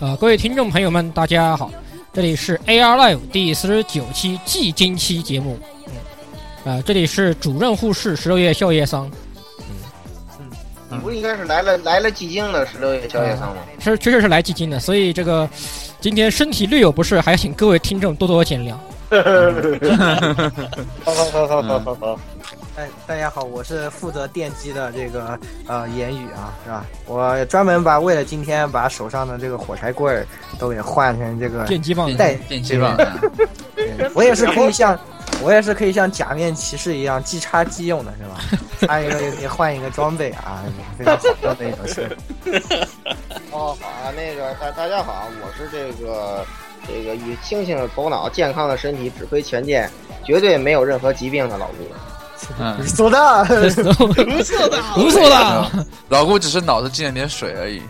呃各位听众朋友们，大家好，这里是 AR Live 第四十九期季经期节目。嗯，啊，这里是主任护士十六夜笑夜桑，你不应该是来了来了寂静的十六夜宵夜桑吗？是确实是来季经的，所以这个今天身体略有不适，还请各位听众多多见谅。好好好好好好，哎，大家好，我是负责电机的这个呃言语啊，是吧？我专门把为了今天把手上的这个火柴棍儿都给换成这个，电击棒，带电击棒，对我也是可以像我也是可以像假面骑士一样即插即用的，是吧？插一个就可以换一个装备啊，非常巧妙的一种事儿。哦好啊，那个大大家好，我是这个这个与清醒的头脑、健康的身体指挥权健，绝对没有任何疾病的老吴。嗯，走的，不错的。不错的， 老顾只是脑子进了点水而已。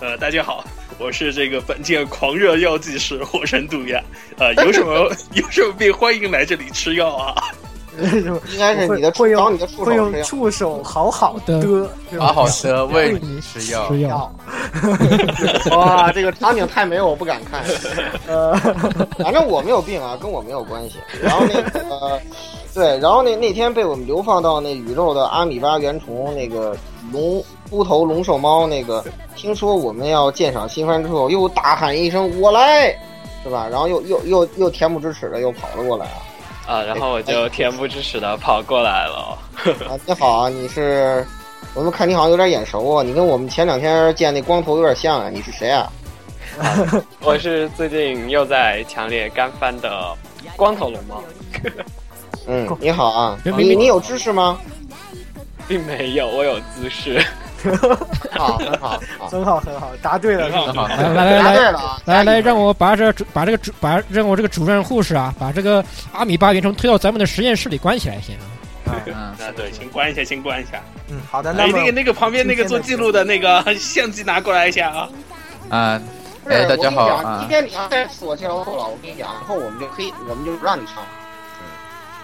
呃，大家好，我是这个本届狂热药剂师火神杜鸦。呃，有什么有什么病，欢迎来这里吃药啊！应该是你的会触用找你的触会手用是要触手好好的，是吧好好 的为你吃药吃，药要哇，这个场景太美，我不敢看。呃， 反正我没有病啊，跟我没有关系。然后那个，呃、对，然后那那天被我们流放到那宇宙的阿米巴原虫那个龙秃头龙兽猫那个，听说我们要鉴赏新番之后，又大喊一声“我来”，是吧？然后又又又又恬不知耻的又跑了过来啊！啊，然后我哎就恬不知耻的跑过来了。啊，你好啊，你是？我们看你好像有点眼熟啊，你跟我们前两天见那光头有点像啊，你是谁啊？我是最近又在强烈干翻的光头龙猫，嗯，你好啊，明你明你有知识吗？并没有我有姿势。好，啊很好，好，很好很好，答对了，很好， 来来来答来对。了啊！来来，让我把这主把这个主把让我这个主任护士啊，把这个阿米巴原虫推到咱们的实验室里关起来先啊。 嗯，啊，对，先关一下，先关一下。嗯，好的，那哎，么那个那个旁边那个做记录的那个相机拿过来一下啊！啊，不是哎我大跟家你好讲啊今天你要再索性后了，我跟你讲，以后我们就可以，我们就不让你上了。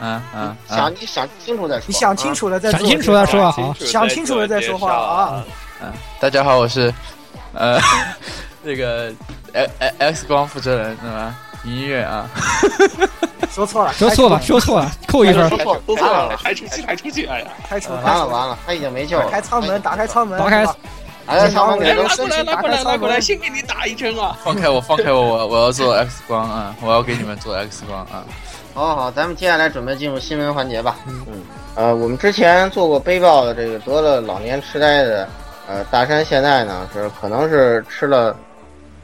嗯嗯你嗯想你想清楚再说。你想清楚。楚了再想做清楚了就说话好，想清楚了再说话啊！嗯，大家好，我是呃 那个 X 呃 X 光负责人，是吧？音乐啊，说错了，说错了，开说错了，扣一分说儿。错都错完了，了，排除器，排除器！哎呀，开除啊完了完了，他已经没救打了。开舱门，哎打开舱门，打开是吧哎呀，上来面拿都过来，拿过来，拿过来，先给你打一针啊！放开我，放开我，我我要做 X 光啊，我要给你们做 X 光啊。好好，咱们接下来准备进入新闻环节吧。嗯，呃，我们之前做过背包的这个得了老年痴呆的，呃，大山现在呢是可能是吃了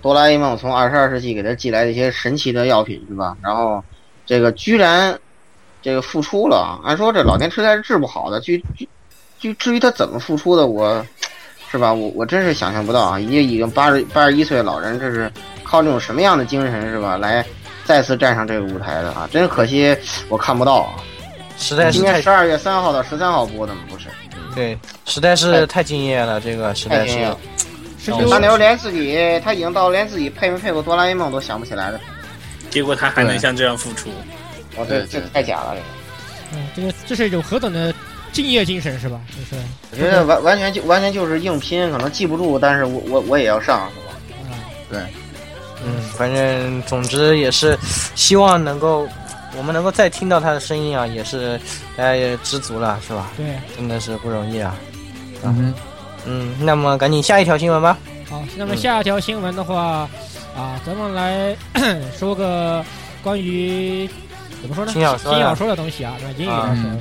哆啦 A 梦从二十二世纪给他寄来的一些神奇的药品是吧？然后这个居然这个复出了啊！按说这老年痴呆是治不好的，居居居至于他怎么复出的，我是吧？我我真是想象不到啊！一个已经八十八十一岁的老人，这是靠这种什么样的精神是吧来？再次站上这个舞台的啊，真是可惜我看不到啊！实在今是天太十二月三号到十三号播的嘛，不是？对，实在是太敬哎业了，这个实太在敬业是了。十哦大六刘连自己他已经到连自己配没配过哆啦 A 梦都想不起来了。结果他还能像这样付出，哦，这对这对太假了，嗯，这个这是一种何等的敬业精神是吧？就是这个我觉得完完全就完全就是硬拼，可能记不住，但是我我我也要上，是吧？啊，嗯，反正总之也是希望能够我们能够再听到他的声音啊，也是大家也知足了，是吧？对。真的是不容易啊。嗯哼，嗯，那么赶紧下一条新闻吧。好，那么下一条新闻的话，啊，咱们来 说个关于怎么说呢？轻小说呀轻小说的东西啊，那英语来说，嗯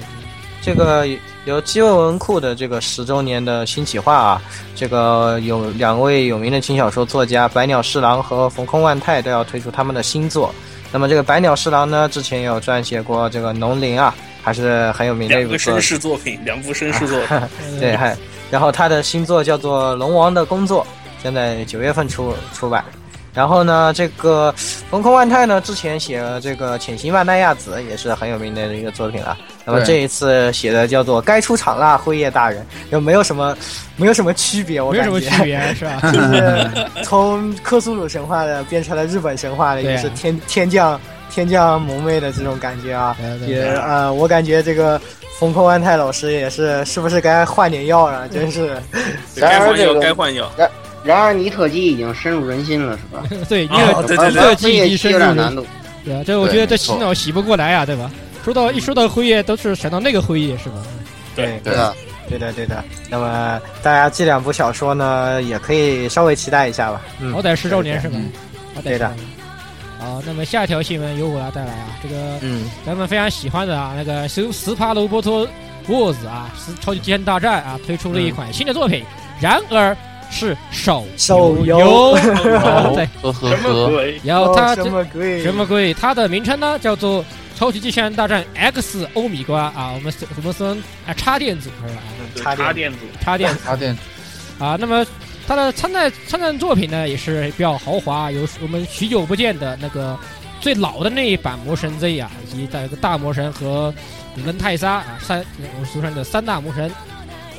这个由肌肉文库的这个十周年的新企划啊，这个有两位有名的轻小说作家百鸟侍郎和冯空万太都要推出他们的新作。那么这个百鸟侍郎呢，之前也有撰写过这个《农林》啊，还是很有名的一两部部作绅品。士作品，两部绅士作品，呃对，还然后他的新作叫做《龙王的工作》，将在九月份出出版。然后呢，这个冯空万太呢，之前写了这个《潜行万奈亚子》，也是很有名的一个作品了。那么对这一次写的叫做《该出场啦，辉夜大人》，就没有什么，没有什么区别，我没有感什觉么区别是吧？ 就是呃从克苏鲁神话的变成了日本神话的，对啊也是天天降天降萌妹的这种感觉啊。对对也对呃，我感觉这个冯空万太啊嗯老师也是，是不是该换点药了？真是，该然而换这药个该换药。然而你特技已经深入人心了，是吧？对，你哦有对对对特而技飞已夜经期深有入点难人，度。对啊，这我对觉得这没洗错脑洗不过来呀，啊对吧？说到一说到辉夜，都是想到那个辉夜是吧？对对嗯啊，对的对的。那么大家这两部小说呢，也可以稍微期待一下吧。嗯好，歹十周年是吧嗯？好歹对是的吧。好，那么下一条新闻由我来带来啊，这个嗯，咱们非常喜欢的啊，那个斯斯帕罗伯托沃兹啊，是超级机器人大战啊，推出了一款新的作品，然而是手手游游。啊对，呵呵什么呵，鬼？ 然后它这哦么鬼什么鬼？它的名称呢叫做《超级机器人大战 X 欧米瓜》啊，我们我们说啊插电组是吧？插插电电组，插电插电啊，那么它的参赛参战作品呢也是比较豪华，有我们许久不见的那个最老的那一版魔神 Z 啊，以及在一个大魔神和伦泰莎啊三我们俗称的三大魔神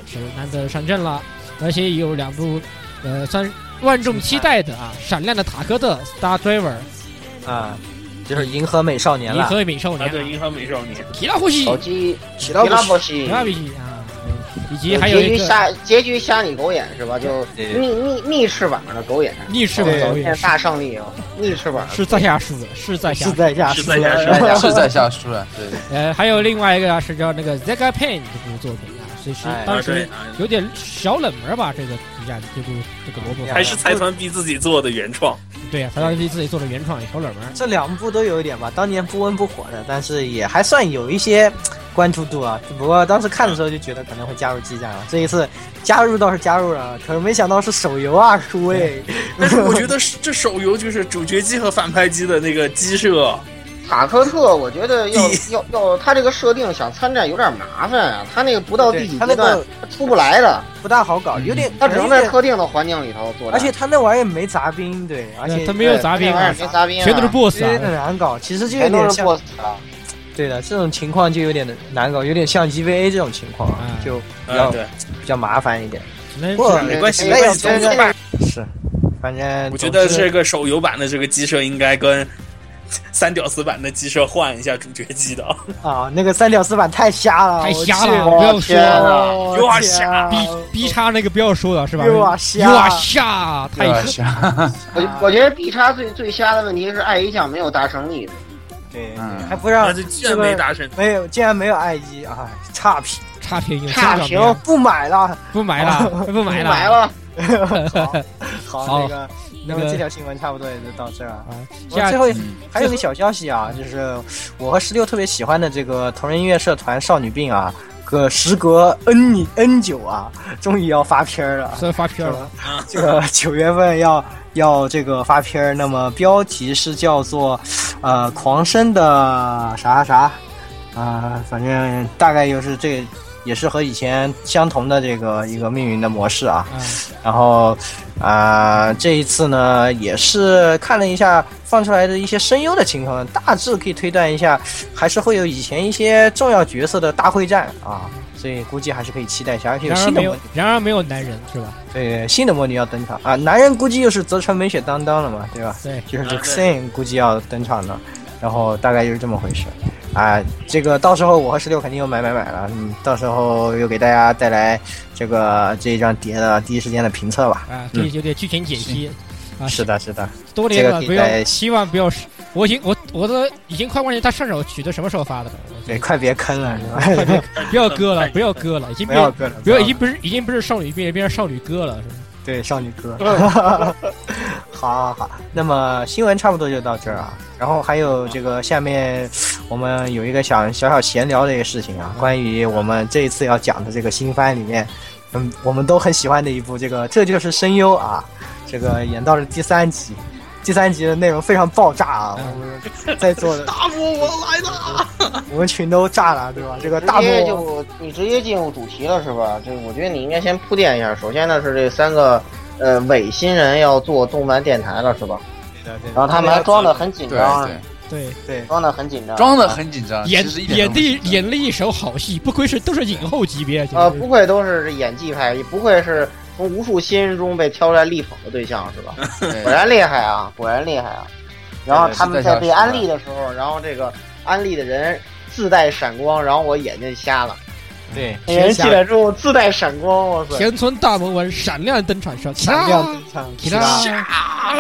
是难得上阵了，而且也有两部呃算万众期待的啊闪亮的塔科特 Star Driver 啊，就是银河美少年银了。河美少插年对银啊河美少年，提拉呼吸手机提提到拉不波是西提，拉呼吸啊，嗯以及还有结一局个瞎结局瞎你狗眼是吧？就对 逆逆逆翅膀的狗眼，逆翅膀导演见大胜利啊！逆翅膀是在下输的，是在下是在下是在下输是在下输了，对，呃，还有另外一个啊，是叫那个 Zega Pain 这部作品啊，其实哎当啊对时啊，有点小冷门吧，这个一下这部这个萝卜哎还是财团 B 自己做的原创，对啊，他当时自己做的原创小冷门，这两部都有一点吧，当年不温不火的，但是也还算有一些关注度啊。只不过当时看的时候就觉得可能会加入激战啊，这一次加入倒是加入了，可是没想到是手游啊，诸位。但是我觉得是这手游就是主角机和反派机的那个机设，塔科特，我觉得要要要他这个设定想参战有点麻烦啊，他那个不 到第对几他阶那段个他出不来的，不大好搞，有点他只能在而且特定的环境里头作战。而且他那玩意儿没杂兵，对，而且对他没有杂那兵玩啊意儿，没杂兵啊，全都是 boss 有点啊，难搞，其实就有全都点是像 boss 啊。对的，这种情况就有点难搞，有点像 EVA 这种情况啊，哎就比啊较对，比较麻烦一点。只能不过没关系对没关系对总之对是，反正我觉得总之这个手游版的这个机设应该跟三屌丝版的机设换一下主角机的，啊，那个三屌丝版太瞎了，太我瞎去了，我不要说天啊了，我又啊天瞎逼逼叉那个不要说了是吧？又啊瞎哎又啊瞎，太又要下，我啊我觉得 B 叉最最瞎的问题是爱一酱没有大胜利，对，嗯还不让这居啊这然个没达成，没有，竟然没有 IG 啊，差评，差评，有差香港评片不 买了。不买了，不买埋了。了。好，好那个，那么那个这条新闻差不多也就到这儿啊。啊，我下最后嗯还有一个小消息啊，就是我和十六特别喜欢的这个同人音乐社团少女病啊，隔时隔 N 年 N 久啊，终于要发片儿了。虽然发片了，这个这个九月份要要这个发片儿，那么标题是叫做呃狂生的啥啥啊、反正大概就是这也是和以前相同的这个一个命运的模式啊。啊，然后啊、这一次呢也是看了一下放出来的一些声优的情况，大致可以推断一下，还是会有以前一些重要角色的大会战啊。所以估计还是可以期待一下，而且有然而新的没模有，然而没有男人是吧？对，呃新的魔女要登场啊！男人估计又是泽城美雪当当了嘛，对吧？对，就是啊 j 对 a c n 估计要登场了，然后大概就是这么回事。啊，这个到时候我和十六肯定又买买买了，嗯，到时候又给大家带来这个这一张碟的第一时间的评测吧。啊，这有点剧情解析。啊，是的，是的，多年了，这个可以不要，在希望不要是。我已经我我都已经快忘记他上首曲子什么时候发的了。对，快别坑了，是快吧？别不要割了，不要割了，已经 不变要割了，不要已经不是已经不是少女变变成少女歌了，是吧？对少女 歌。 好好好，那么新闻差不多就到这儿啊。然后还有这个下面我们有一个想小小闲聊的一个事情啊，嗯关于我们这一次要讲的这个新番里面，嗯，我们都很喜欢的一部这个《这就是声优》啊，这个演到了第三集。第三集的内容非常爆炸啊！我们在座的嗯大魔王来了， 我们群都炸了，对吧？这个直大接魔就你直接进入主题了是吧？这我觉得你应该先铺垫一下。首先呢是这三个呃伪新人要做动漫电台了是吧？然后他们还装的很紧对张，啊对，对，对装的很紧张，装的很紧张，演其实一点演都不的紧张演了一手好戏，不愧是都是影后级别。呃，简直不愧都是演技派，也不愧是从无数新人中被挑出来力捧的对象是吧？对果然厉害啊，果然厉害啊！然后他们在被对对安利的时候，然后这个安利的人自带闪光，然后我眼睛瞎了。对，演员起来之后自带闪光，哇塞！田村大魔王闪亮登场上，哎闪亮登场，起啦，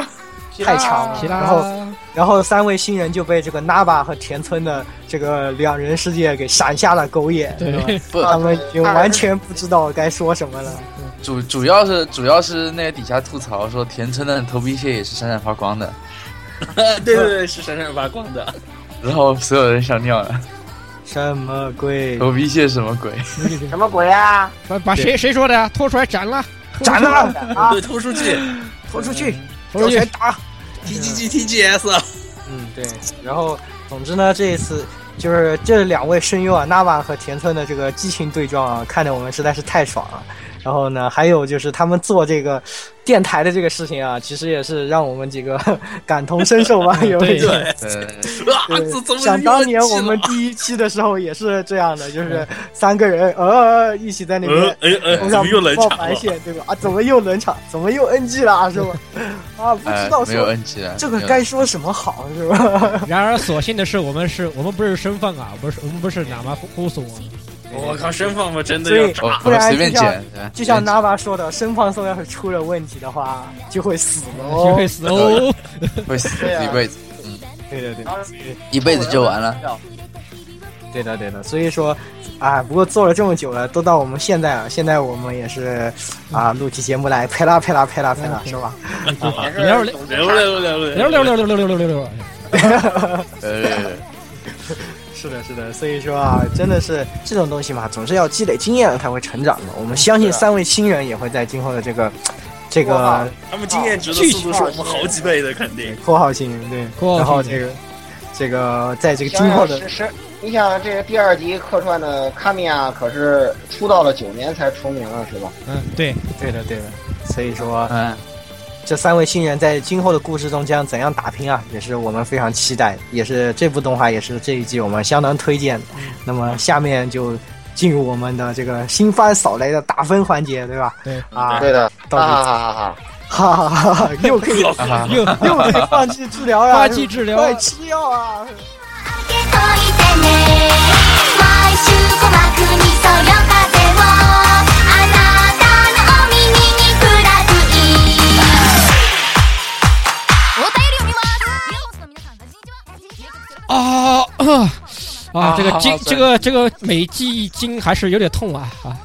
太强了。起然后，啦，然后三位新人就被这个 Naba 和田村的这个两人世界给闪瞎了狗眼，是吧对，不他们已经完全不知道该说什么了。主主要是主要是那个底下吐槽说田村的头皮屑也是闪闪发光的， 对对对，是闪闪发光的。 然后所有人笑尿了， 什么鬼？哦头皮屑什么鬼？什么鬼啊？把把谁谁说的呀拖出来斩了，斩 了， 啊 对，偷出去拖出去，嗯拖出左去嗯拳打。 ，T G G T G S，嗯，对。然后，总之呢，这一次就是这两位声优啊，纳瓦和田村的这个激情对撞啊，看得我们实在是太爽了。然后呢，还有就是他们做这个电台的这个事情啊，其实也是让我们几个 感同身受吧，有一嗯对种。对对 对 啊，对这怎么想当年又进我们了第一期的时候也是这样的，就是三个人呃一起在那边呃哎哎，我怎想么又冷冒场白了？线对吧？啊，怎么又冷场？怎么又 NG 了啊？是吧？啊，不知道呃，没有说 NG 了，这个没有该说什么好是吧？然而所幸的是，我们是我们不是身份啊，我们是我们不是哪嘛呼死我，我靠，声放我真的所要以我炸！不我然哦随便就像剪，对 就像 Nava 说的，生放送要是出了问题的话，就会死就喽。会死哦。 会死对啊一辈子，对的对的，所以一辈子就完 了。对的对的。所以说，啊，不过做了这么久了，都到我们现在了，现在我们也是啊，录起节目来呸啦呸啦呸啦呸啦，是吧？也是聊总结聊聊聊六六六六六六六六六，对对对，是的，是的，所以说啊，真的是这种东西嘛，总是要积累经验了才会成长的。我们相信三位新人也会在今后的这个这哇个他们经验值的速度是我们好几倍的，肯定。括号新人对，括号然后新这人个这个在这个想今后想的是是，你想这个第二集客串的卡米亚可是出道了九年才出名了，是吧？嗯，对，对的对的，所以说嗯，这三位新人在今后的故事中将怎样打拼啊，也是我们非常期待，也是这部动画也是这一季我们相当推荐的。那么下面就进入我们的这个新番扫雷的打分环节，对吧？对啊，对的，到 哈哈底哈哈哈哈哈！哈哈， 又可以。哈哈，又 又可以放弃治疗呀、啊放弃治疗快吃药啊！開けといてね毎週鼓膜にそよ風をあなたのお耳にプラグインお便りを見ます啊啊啊！这个筋，这个这个每记一筋还是有点痛啊啊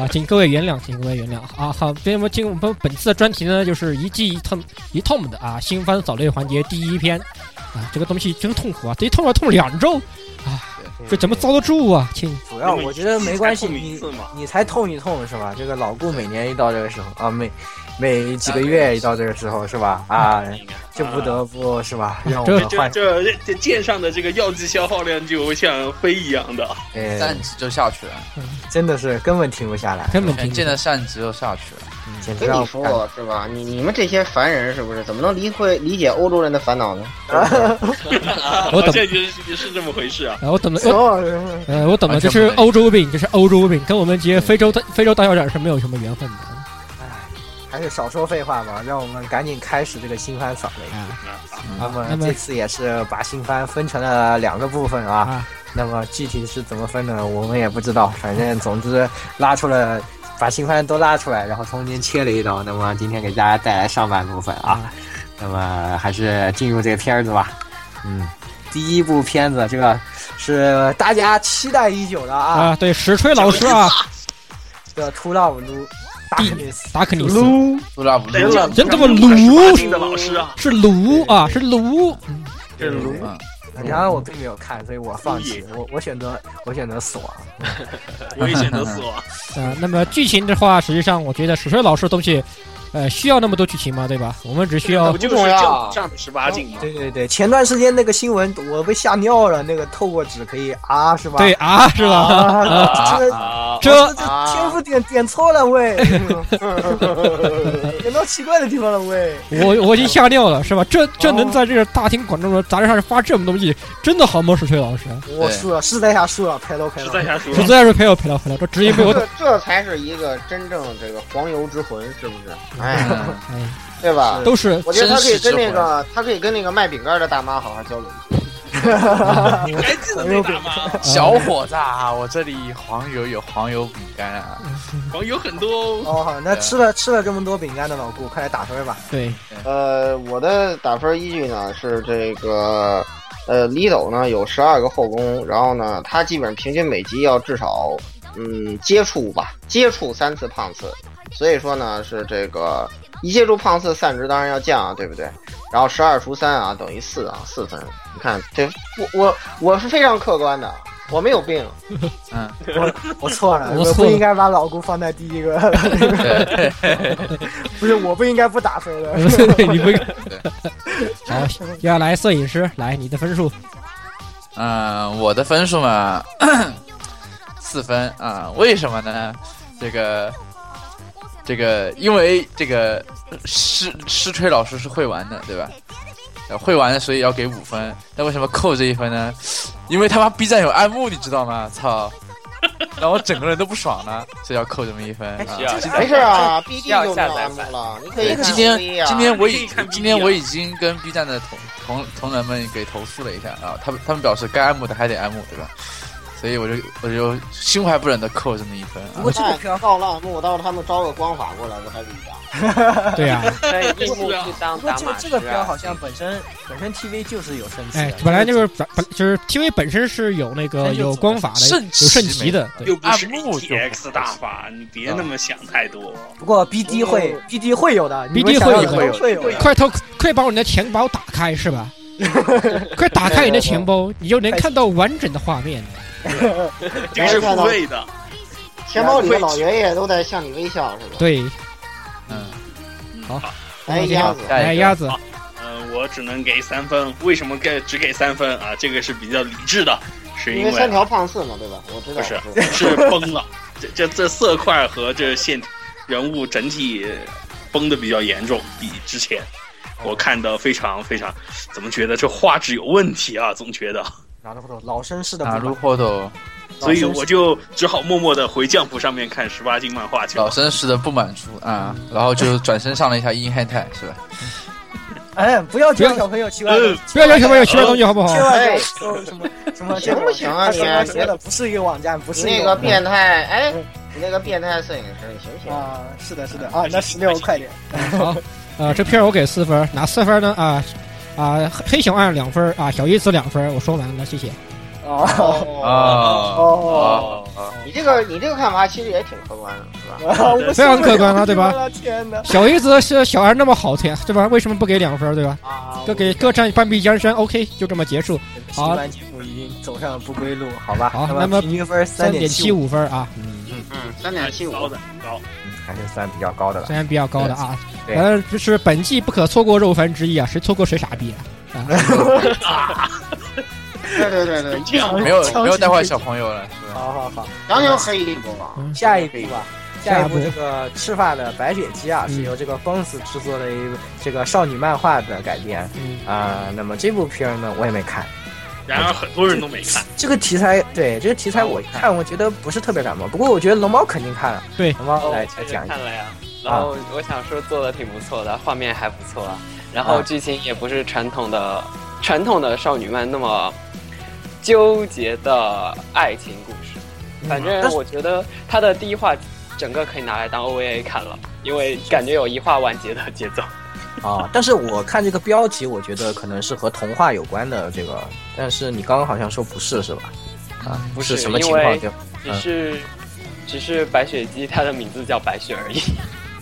啊！请各位原谅，请各位原谅啊！好，那么进入我们本次的专题呢，就是一记一痛一痛的啊，新番扫雷环节第一篇啊，这个东西真痛苦啊，这一痛要痛两周啊，这怎么遭得住啊？亲，主要我觉得没关系，你们一你次嘛你才痛一痛是吧？这个老顾每年一到这个时候啊，每每几个月一到这个时候是吧？啊，就不得不是吧？让我们这换这这剑上的这个药剂消耗量就像飞一样的，呃扇，子就下去了，真的是根本停不下来，根本全停不舰下的扇子就下去了。简直跟让你我不敢说是吧？你你们这些凡人是不是怎么能理会理解欧洲人的烦恼呢？我好懂像也是也是这么回事啊。来，我等了，所我有人呃，我等了，完这全是不能欧洲病，这是欧洲病，跟我们这些非洲大非洲大小点是没有什么缘分的。还是少说废话吧，让我们赶紧开始这个新番扫雷。啊嗯那那么么这次也是把新番分成了两个部分啊。啊！那么具体是怎么分的，我们也不知道。反正总之拉出了，把新番都拉出来，然后中间切了一刀。那么今天给大家带来上半部分啊。那么还是进入这个片子吧。嗯，第一部片子这个是大家期待已久的啊，啊，对，石锤老师啊，这《t o Love Lu》大第肯尼斯。达克尼斯撸不拉不人撸了，真他妈鲁的老师啊，是卢啊，是卢，这卢嗯，然而我并没有看，所以我放弃，我我选择我选择死亡。我也选择死亡。啊，那么剧情的话，实际上我觉得水水老师的东西，呃，需要那么多剧情吗？对吧？我们只需要不就是正上十八禁吗？对对对，前段时间那个新闻我被吓尿了，那个透过纸可以啊是吧？对啊，是吧？啊，这啊，这这天赋点点错了喂， 点到奇怪的地方了喂。我我已经吓尿了，是吧？这这能在这个大庭广众的杂志上发这种东西，真的好吗？水水老师，我输了，是在下输了，拍楼拍实楼。在瞎说实在是陪我陪到陪到，这直接被我 这这才是一个真正这个黄油之魂，是不是？哎，嗯对吧？都是 我觉得他可以跟那真实之个，他可以跟那个卖饼干的大妈好好交流一下。你还记得那打吗？哎小伙子啊，我这里黄油有黄油饼干啊，黄油很多哦。哦，那对吃了吃了这么多饼干的老顾，快来打分吧。对， 呃，我的打分依据呢是这个，呃，李斗呢有十二个后宫，然后呢，他基本上平均每集要至少，嗯，接触吧，接触三次胖次，所以说呢是这个一接触胖次散值当然要降啊，对不对？然后十二除三啊等于四啊，四分。你看这我我我是非常客观的，我没有病。嗯，我错了， 我我错不了应该把老顾放在第一个， 对，不是，我不应该不打分的。哎对，你不好，接下来摄影师来你的分数，嗯，我的分数嘛，四分啊、为什么呢？这个， 这个，因为这个师师吹老师是会玩的，对吧？呃会玩的，所以要给五分。那为什么扣这一分呢？因为他妈 B 站有暗幕，你知道吗？操！让我整个人都不爽了，所以要扣这么一份啊。需要没事哎啊，B D 要就没下有载栏目版了，你可以看 B 今天啊今天我已你可以看 B 今 D 啊天我已经跟 B 站的同同同仁们给投诉了一下啊，他们他们表示该按摩的还得按摩，对吧？所以我就我就心怀不忍的扣这么一分啊。我这个看到栏目，到时候他们招个光法过来不还不一样？对啊呀、所哎 以樱木去当不过打这个码这师个标啊，好像本身本身 TV 就是有升级哎的，，本来就是本本就是 TV 本身是有那个有光法的，圣骑有圣骑的，对又不是按幕啊就 T X 大法，你别那么想太多。不过 BD 会 BD 会有的 BD 会会有的会有会有的。快偷，快把我你的钱包打开是 吧？快打开你的钱 包，你就能看到完整的画面。这个是付费的，钱包里的老爷爷都在向你微笑，是吧？对，嗯，哎，鸭子，下一个来鸭子，嗯、我只能给三分。为什么给只给三分啊？这个是比较理智的，是因因为为三条胖刺嘛，对吧？我知道。不是我知道是崩了，这这这色块和这线人物整体崩的比较严重，比之前我看的非常非常，怎么觉得这画质有问题啊？总觉得，拿着后头老绅士的哪不路货斗满所以老绅士我就只好默默的回降谱上面看十八禁漫画去老了。绅士的不满足啊，然后就转身上了一下硬汉泰是吧？哎，不要不教要小朋友奇怪的嗯，不要要求朋友奇怪东西好不好千？万不要哎说什么什么行不行啊他什么你说的不是一个网站，不你是一那个个网站变态，哎，你那个变态摄影师，你行不行？啊，是的，是的啊，那十六快点，好，呃，这片儿我给四分儿，哪四分儿呢？啊啊，黑熊二两分儿啊，小叶子两分儿。我说完了，谢谢。哦啊啊哦哦哦，你这个你这个看法其实也挺客观的，是吧？我受不了非常客观了对吧我的天哪，小叶子是小二那么好听，对吧？为什么不给两分儿，对吧？啊，各给各占半壁江山，OK，就这么结束。新版节目已经走上不归路，好吧？好那那么平均分三点点七五，五分儿啊，嗯，三点七五，高的高，还是算比较高的了虽。然比较高的啊，对反正就是本季不可错过肉番之一啊，谁错过谁傻逼啊！对对对对， 这样没有强行没有带坏小朋友了是吧？好好好，强行黑啊一波吧。嗯下一步吧。下一下一部部这个赤发的白雪姬啊，嗯是由这个光子制作的一部这个少女漫画的改编嗯啊、那么这部片儿呢，我也没看。然而很多人都没看，这个题材，对这个题材我一看，我觉得不是特别感冒。不过我觉得龙猫肯定看了，对龙猫来我来讲一啊下哦看了呀。然后我想说做的挺不错的，画面还不错啊，然后啊剧情也不是传统的传统的少女漫那么纠结的爱情故事。反嗯但正是我觉得它的第一话整个可以拿来当 OVA 看了，因为感觉有一话完结的节奏。啊。但是我看这个标题，我觉得可能是和童话有关的这个，但是你刚刚好像说不是是吧？啊，不是是什么情因况为就只嗯是、只是白雪姬，她的名字叫白雪而已，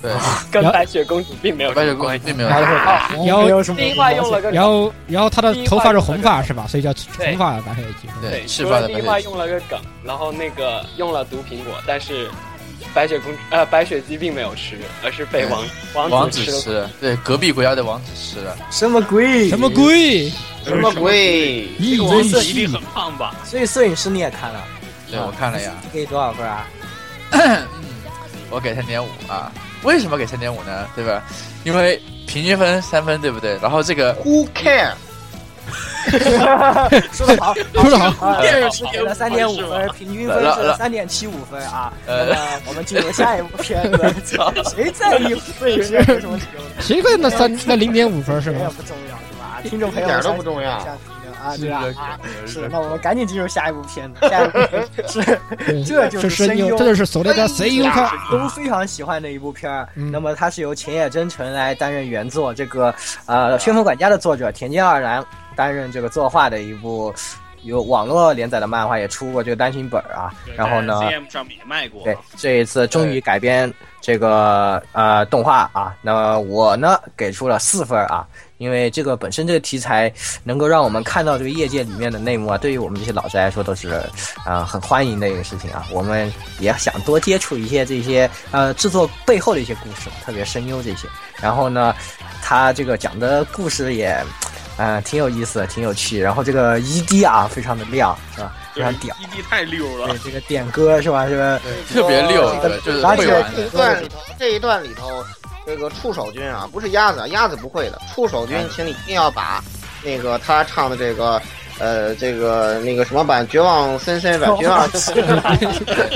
对，跟然后白雪公主并没有白什雪么公关主系。并没有然后 然后没有什么 第一话用了个然后然后他的头发是红发是吧？所以叫红对发白血姬。对除释放的了第白一话雪用了个梗，然后那个用了毒苹果，但是白雪公主呃白雪姬并没有吃，而是被王王嗯王子子吃了。吃了，对隔壁国家的王子吃了，什么鬼？什么？鬼？什么鬼？咦，王真子一定是很胖吧？所以摄影师你也看了？对啊我看了呀，给多少分啊？我给三点五啊。为什么给三点五呢？对吧？因为平均分三分，对不对？然后这个 Who care？说得 好，说得好。啊，电给视了给了三点五分，平均分来来是来三点七五分啊。那呃么我们进入下一部片子，谁在意摄影师有什么理由呢？谁跟那三那零点五分是这也吧？不重要是吧？听众一朋友点都不重要想听的啊，炙对吧热？啊可热，是，那我们赶紧进入下一部片子。下一部片子是对这就是声声优这就是手雷的声优大卡。家都非常喜欢的一部片儿。嗯那么它是由前野真诚来担任原作，这个呃《旋风管家》的作者田间二郎担任这个作画的一部有网络连载的漫画，也出过这个单行本儿啊。然后哎呢， ，CM 上面也卖过，对，这一次终于改编这个呃动画啊，那么我呢给出了四分儿啊，因为这个本身这个题材能够让我们看到这个业界里面的内幕啊，对于我们这些老宅来说都是呃很欢迎的一个事情啊，我们也想多接触一些这些呃制作背后的一些故事，特别声优这些。然后呢，他这个讲的故事也。呃，挺有意思的，挺有趣。然后这个 ED 啊，非常的亮，是吧？非就是常屌。 ED 太溜了对，，这个点歌是吧？是吧？特别溜，对，就是啊而且会这一。玩的段里头，这一段里头，这个触手君啊，不是鸭子，啊，鸭子不会的。触手君，请你一定要把那个他唱的这个，呃，这个那个什么版《绝望森森》版《绝 望森森》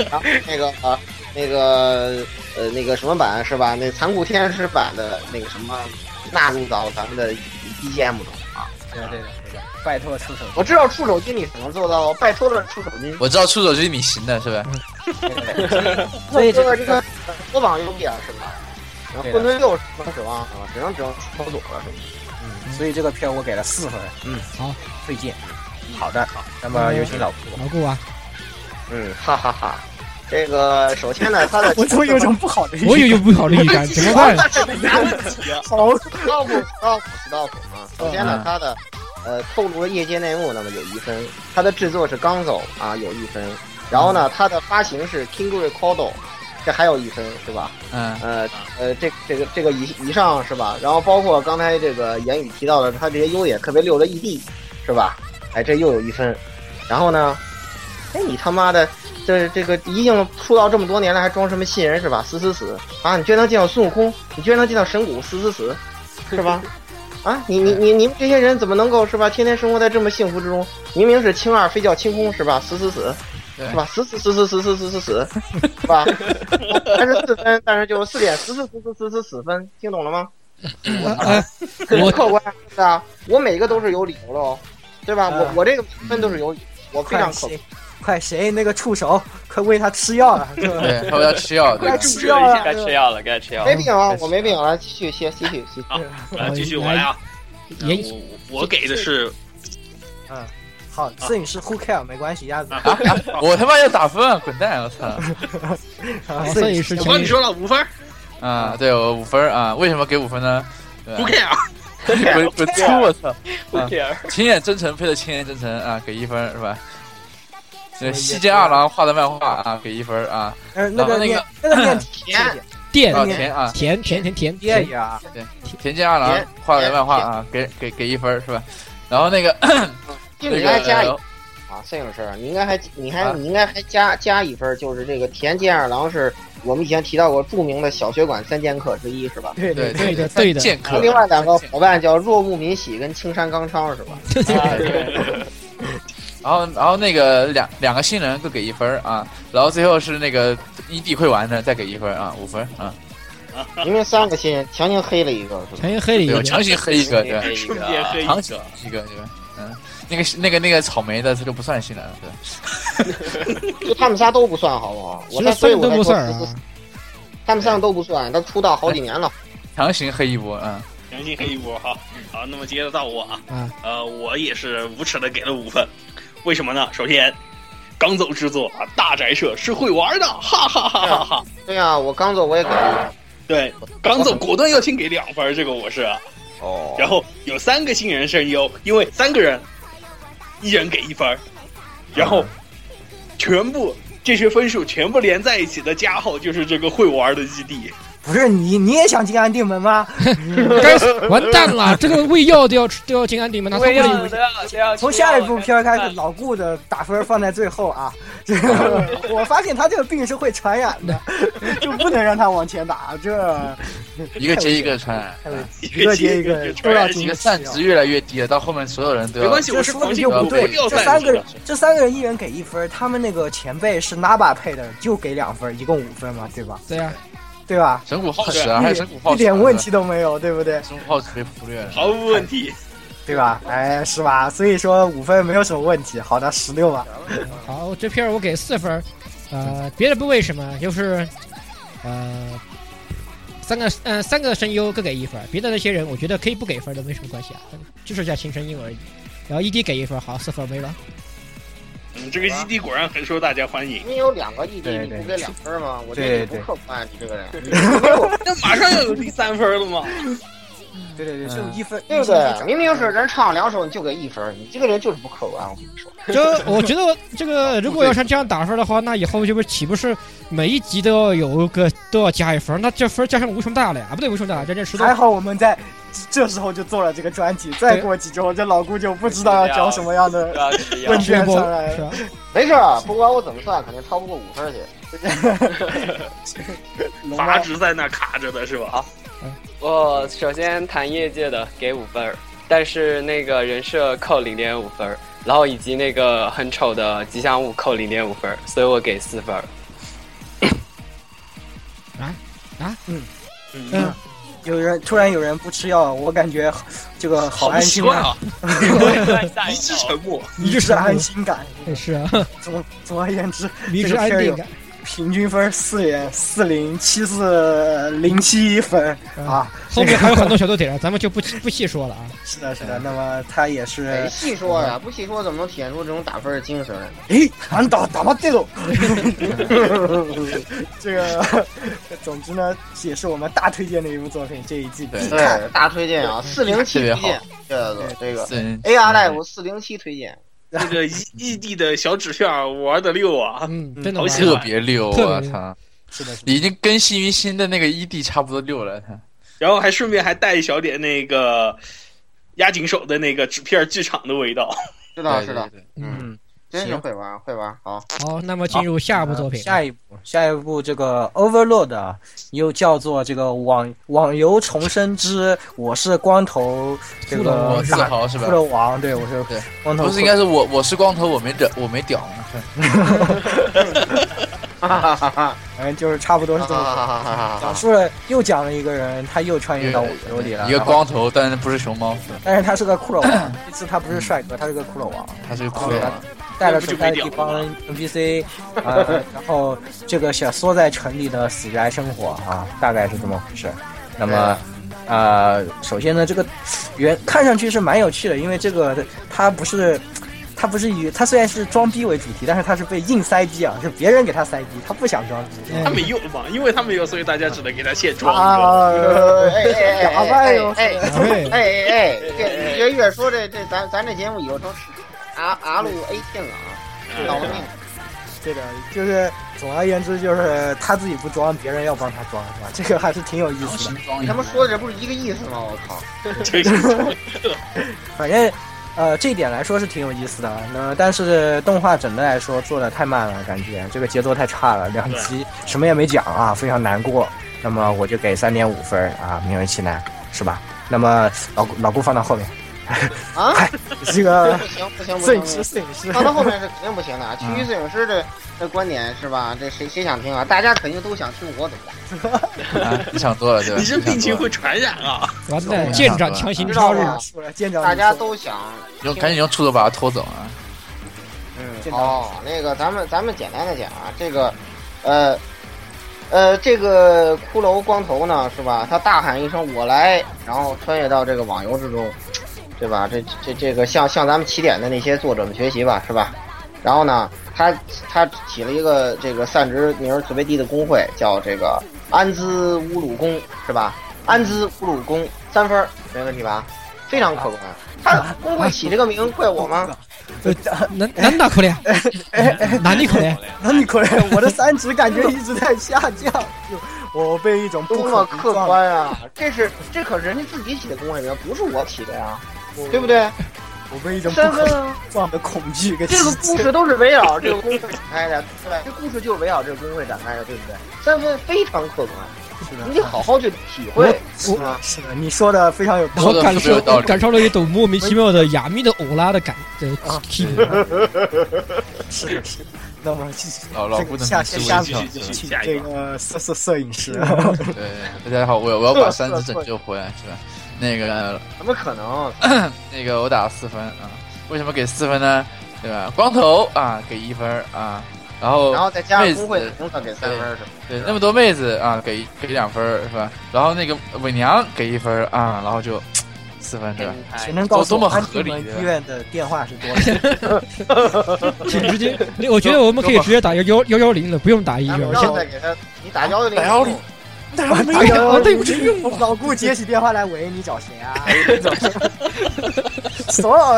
版，那个啊，那个呃，那个什么版是吧？那残酷天使版的那个什么纳入到咱们的 BGM 中啊。对对对对对，拜托出手。我知道触手君你是能做到，拜托了触手君。我知道出手就是你行的，是吧？所以这这个个这个多榜优必啊，是吧？然后对混的沌六是不能指望啊，只能指望出左了，是吧？嗯所以这个片儿我给了四分。嗯，好，推荐。好的，那么有请老顾。老顾 啊，嗯，哈哈哈。这个首先呢，它的 我怎么有种不好的预我感？也有不好的预感，怎么办？好，道府史道府史道府啊。 首先呢嗯，它的呃透露了业界内幕，那么有一分；它的制作是刚走啊，有一分。然后呢，它的发行是 King r e c o r d 这还有一分，是吧？嗯，呃呃，这这个这个以以上是吧？然后包括刚才这个言语提到的，他这些优点特别溜的 ED 是吧？哎，这又有一分。然后呢，哎，你他妈的，这这个已经出道这么多年了，还装什么新人是吧？死死死啊！你居然能见到孙悟空，你居然能见到神谷，死死死，是吧？啊，你你你你们这些人怎么能够是吧？天天生活在这么幸福之中，明明是清二，非叫清空是吧？死死死，对是吧？死死死死死死死死死，是吧？三十四分， 但是就四点十四十四十四死分，听懂了吗？哎我我客观是啊，我每个都是有理由的哦，对吧？我我这个分都是有理，我非常快客观谁，快谁那个触手， 快喂他吃药啊了，是吧？ 对，他们要吃药，对快吧？哎吃药了，该吃药了，该吃药了嗯没。病啊，我没病啊，继续歇，继续继续。来继续我来 哎啊，呃言我我给的是好，摄影师 who care 没关系，鸭子。啊我他妈要打分啊，滚蛋！我操！啊摄影师我帮你说了五分儿，啊，对我五分儿啊，为什么给五分呢？对吧不 care，滚滚粗！我操， 不啊啊 care，青眼真诚配的青眼真诚啊，给一分儿是吧？这啊西间二郎画的漫画啊，给一分儿啊。呃，那个那个面那个 面甜电啊，田啊，甜甜甜甜爹甜，也啊，田间二郎田画的漫画啊，给给给一分儿是吧？然后那个就你那应该加一个呃啊，摄影师，你应该还你还啊你应该还加加一分，就是这个田健二郎是我们以前提到过著名的小学馆三剑客之一是吧？对对对的的对的剑客，另外两个伙伴叫若木敏喜跟青山刚昌是吧？啊然后然后那个两两个新人各给一分儿啊，然后最后是那个一弟会玩的再给一分儿啊，五分儿啊。明明三个新人，强行黑了一个是吧？强行黑了一对，我个。强行黑一个，对吧，啊顺便黑长一期个。一个对吧？嗯，那个那个那个草莓的这个不算新人，对吧，就他们仨都不算，好不好？我其才实所以分我都不才说算啊十四，，他们三个都不算，他出道好几年了。强行黑一波，嗯，良心黑一波哈。好，那么接着到我啊，啊呃，我也是无耻的给了五分，为什么呢？首先，刚走之作啊，大宅社是会玩的，哈哈哈哈嗯哈。对呀、我刚做我也给了对，刚走果断要先给两分，这个我是啊。哦然后有三个新人声优，因为三个人，一人给一分儿，然嗯后全部这些分数全部连在一起的加号就是这个会玩的基地。不是你，你也想进安定门吗？该死完蛋了，这个胃药都要吃，都要进安定门了，他不为要了不要不要！从下一部片儿开始，老顾的打分放在最后 啊。这个我发现他这个病是会传染 的，就不能让他往前打。这一个接一个穿，太危嗯险一个接一个都要这进个散值越来越低了，到后面所有人都没要关系，这我是说的狂就性不不对不要，这散三个值人，这三个人一人给一分，他们那个前辈是 Naba 配的，就给两分，一共五分嘛，对吧？对呀，对吧？神谷浩史啊，还有神谷浩一史啊，点问题都没有，对不对？神谷浩史被忽略了，毫无问题。对吧？哎，是吧？所以说五分没有什么问题。好的，十六吧。好，这片儿我给四分儿，呃，别的不为什么，就是呃三个嗯、三个声优各给一分儿，别的那些人我觉得可以不给分儿的，没什么关系啊，但就是叫新声优而已。然后 ED 给一分儿，好，四分儿没了。嗯，这个基地果然很受大家欢迎。你有两个 ED，对你对不给两分吗？我觉对得你不对客观，啊你这个人。那马上要有第三分了吗？对对对，嗯只有一分， 对不一分对？明明是人唱两首，你就给一分，你这个人就是不客观。我跟你说，就我觉得这个，如果要是这样打分的话，那以后就不岂不是每一集都要有一个都要加一分儿？那这分儿加上无穷大了呀？啊不对，无穷大，加这石头还好我们在这时候就做了这个专题，再过几周这老姑就不知道要找什么样的不。要吃药是不 问。卷上来是吧？没事儿，不管我怎么算，肯定超不过五分去。龙阀猫值在那卡着的是吧？我首先谈业界的，给五分儿，但是那个人设扣零点五分儿，然后以及那个很丑的吉祥物扣零点五分儿，所以我给四分儿。嗯，有人突然有人不吃药，我感觉这个好安啊奇心怪啊，啊，一致沉默。迷之是安心 感。是啊，总总而言之，迷之这个安片儿定有感。平均分四元四零七四零七分嗯啊，后面还有很多小豆点儿，咱们就不不细说了啊。是的，是的。那么他也是，哎谁细说呀？不细说怎么能体现出这种打分的精神来呢？诶，俺打打到 这种，这个， 总之呢，也是我们大推荐的一部作品，这一季必对看。对，大推荐啊，四零七特别推好荐，这个这个真 AR Live 四零七推荐，这个异地的小纸片儿玩的溜啊！嗯，嗯真的好吗？喜欢特别溜，特别我溜操，是的，是的。已经跟新云新的那个 ED 差不多溜了，他然后还顺便还带一小点那个压井手的那个纸片剧场的味 道。知道知道，，对对对嗯，真是行会玩会玩。 好，好，那么进入下部作品，嗯下一部，下一部这个 Overload 啊，又叫做这个网网游重生之我是光头这骷髅个我王自大豪是吧骷？髅王，对我是对光头骷髅，不是应该是我我是光头，我没屌，我没屌吗？哈哈哈哈反正就是差不多是这哈啊么回事。哈哈讲哈！述了又讲了一个人，他又穿越到哎我手里了，一个然后，光头，但是不是熊猫，但是他是个骷髅王，这次他不是帅哥，他是个骷髅王，他是个骷髅王。带了手下一帮 NPC，呃，然后这个小缩在城里的死宅生活啊，大概是这么回事。那么。呃，首先呢，这个原看上去是蛮有趣的，因为这个它不是，它不是以它虽然是装逼为主题，但是它是被硬塞逼啊，是别人给他塞逼，他不想装逼。 他没有嘛，因为他没有，所以大家只能给他现装。啊，呃哎哎哑哎巴哟哎！哎哎对，哎哎，这你这越说这这咱咱这节目以后都是 R R A 听了啊， 倒了命。这个就是总而言之，就是他自己不装，别人要帮他装，是吧？这个还是挺有意思的。你他妈说的这不是一个意思吗？我靠！这个反正，呃，这一点来说是挺有意思的。那但是动画整的来说做的太慢了，感觉这个节奏太差了，两集什么也没讲啊，非常难过。那么我就给三点五分啊，勉为其难，是吧？那么老顾老顾放到后面，啊，这个 不行不行不摄行影不师行！摄影师放到后面是肯定不行的啊！区域摄影师的这观点是吧？这谁谁想听啊？大家肯定都想听我怎么办？啊，你想多了对吧？ 你这病情想多会了传染 啊！完蛋，舰长强行插入知道，吗说了，舰长啊大家你说都想用赶紧用触手把他拖走啊！嗯见到哦，那个咱们咱们简单的讲啊，这个，呃，呃，这个骷髅光头呢是吧？他大喊一声“我来”，然后穿越到这个网游之中，对吧？这这这个向向咱们起点的那些作者们学习吧，是吧？然后呢，他他起了一个这个散值名儿特别低的工会，叫这个安兹乌鲁宫，是吧？安兹乌鲁宫三分儿没问题吧？非常客观。他啊哎工会起这个名怪我吗？呃难难打口脸，难的口哎脸，那你可能我的三指感觉一直在下降，就我被一种不多可么名客状，观啊！这是这可是人家自己起的工会名，不是我起的呀，对不对？我被一种不三可分名啊！状的恐惧给 这个击故碎事都是围绕这个工会展开的，对吧？这故事就是围绕这个工会展开的，对不对？三分非常客观，你得好好去体会，是是吗的，？是的，你说的非常有道我说理。得感特别受有道理感受了一种莫名其妙的雅密的欧拉的感的啊气氛。是的，是的。那么继续，老老这顾个的下名字下下我一继跳续面，继续请下一这个。个摄摄摄影师，对，大家好，我我要把三只拯救回来是吧？那个怎么可能？那个我打了四分啊，为什么给四分呢？对吧？光头啊给一分啊，然后然后再加妹上子工会的红色给三分是吧？对那么多妹子啊给给两分是吧？然后那个伪娘给一分啊，然后就四分对吧？谁天能告诉多我么安合定理门的医院的电话是多少？请直 接，我觉得我们可以直接打幺幺幺幺零了，不用打一咱二们。现让再给他，你打幺零打110，打没哎有啊对不起用哎老顾接起电话来，喂，你找谁啊？ 所有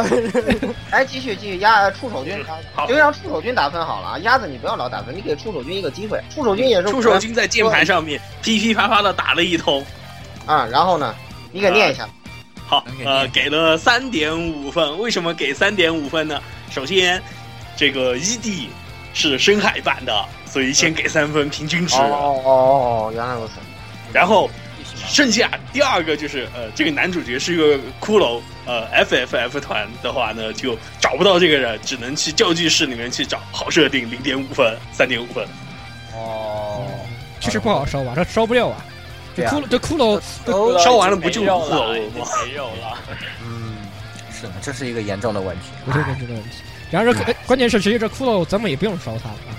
来继续继续压出手军嗯好，就让出手军打分好了啊！鸭子你不要老打分，你给出手军一个机会，出手军也是出手军在键盘上面噼噼啪啪的打了一通，啊。然后呢，你啊给念一下，好能给，呃，念给了三点五分。为什么给三点五分呢？首先，这个 ED 是深海版的，所以先给三分平均值。哦哦哦，原来如此。然后剩下第二个就是，呃，这个男主角是一个骷髅，呃，FFF 团的话呢，就找不到这个人，只能去教具室里面去找。好设定，零点五分，三点五分。 哦，确实不好烧吧，这烧不掉啊。这骷髅，这骷髅，都烧完了不就没肉骷了，髅已经吗？没肉了。嗯，啊是的，这是一个严重的问题。我这个这个问题。然后这哎关键是，其实这骷髅咱们也不用烧它了啊，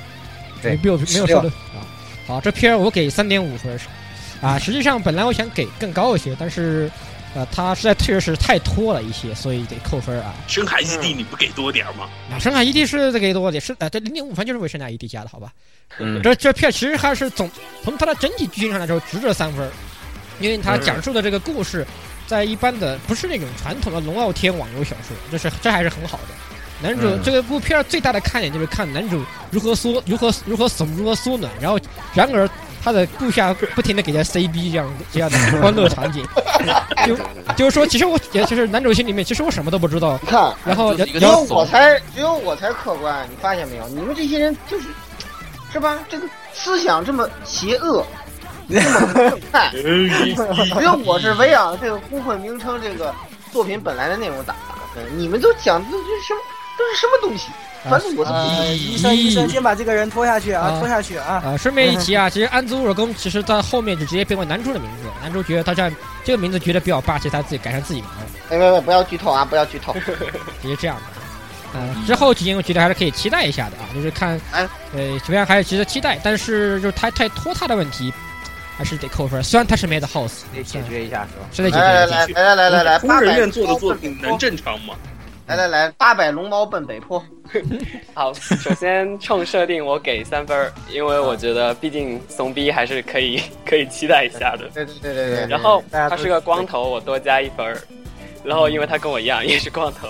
对没必要没有吃掉烧的啊。好，这片儿我给三点五分儿，啊，实际上本来我想给更高一些，但是，呃，它实在确实是太拖了一些，所以得扣分儿啊。深海 ED 你不给多点儿吗？啊，深海 ED 是给多的，是呃，这零点五分就是为深海 ED 加的，好吧？嗯这这片其实还是总从它的整体剧情上来说值得三分儿，因为嗯它讲述的这个故事，在一般的不是那种传统的龙傲天网游小说，这是这还是很好的。男主、嗯这个部片儿最大的看点就是看男主如何缩如何如何怂如何缩暖，然后然而他的部下不停的给他 CB 这样这样的欢乐场 景，就就是说其实我也就是男主心里面其实我什么都不知道，你看，然后就是一个只然后有怂我才只有我才客观，你发现没有？你们这些人就是，是吧？这个思想这么邪恶，这么变态，只有我是围绕这个工会名称这个作品本来的内容打打分，你们都讲的这是什么都是什么东西？反正我是不呃，医生，医生，先把这个人拖下去啊，拖下去啊！啊，顺便一嗯提啊，其实安兹沃尔宫其实他后面就直接变为男主的名字，男主角他这样这个名字觉得比较霸气，他自己改成自己名字，哎，别别不要剧透啊！不要剧透。直接这样的。呃，之后几年我觉得还是可以期待一下的啊，就是看，嗯哎呃，虽然还是值得期待，但是就是太太拖沓的问题，还是得扣分。虽然他是 Mad House，得解决一下是吧？是得解决来一来下。来来 来来 来，工八人百院做的龙猫作奔品北能坡。正常吗？来来来，八百龙猫奔北坡。好，首先冲设定我给三分儿，因为我觉得毕竟怂逼还是可以可以期待一下的。对对对对对。然后嗯大家他都是个光头，我多加一分儿。然后因为他跟我一样也是光头，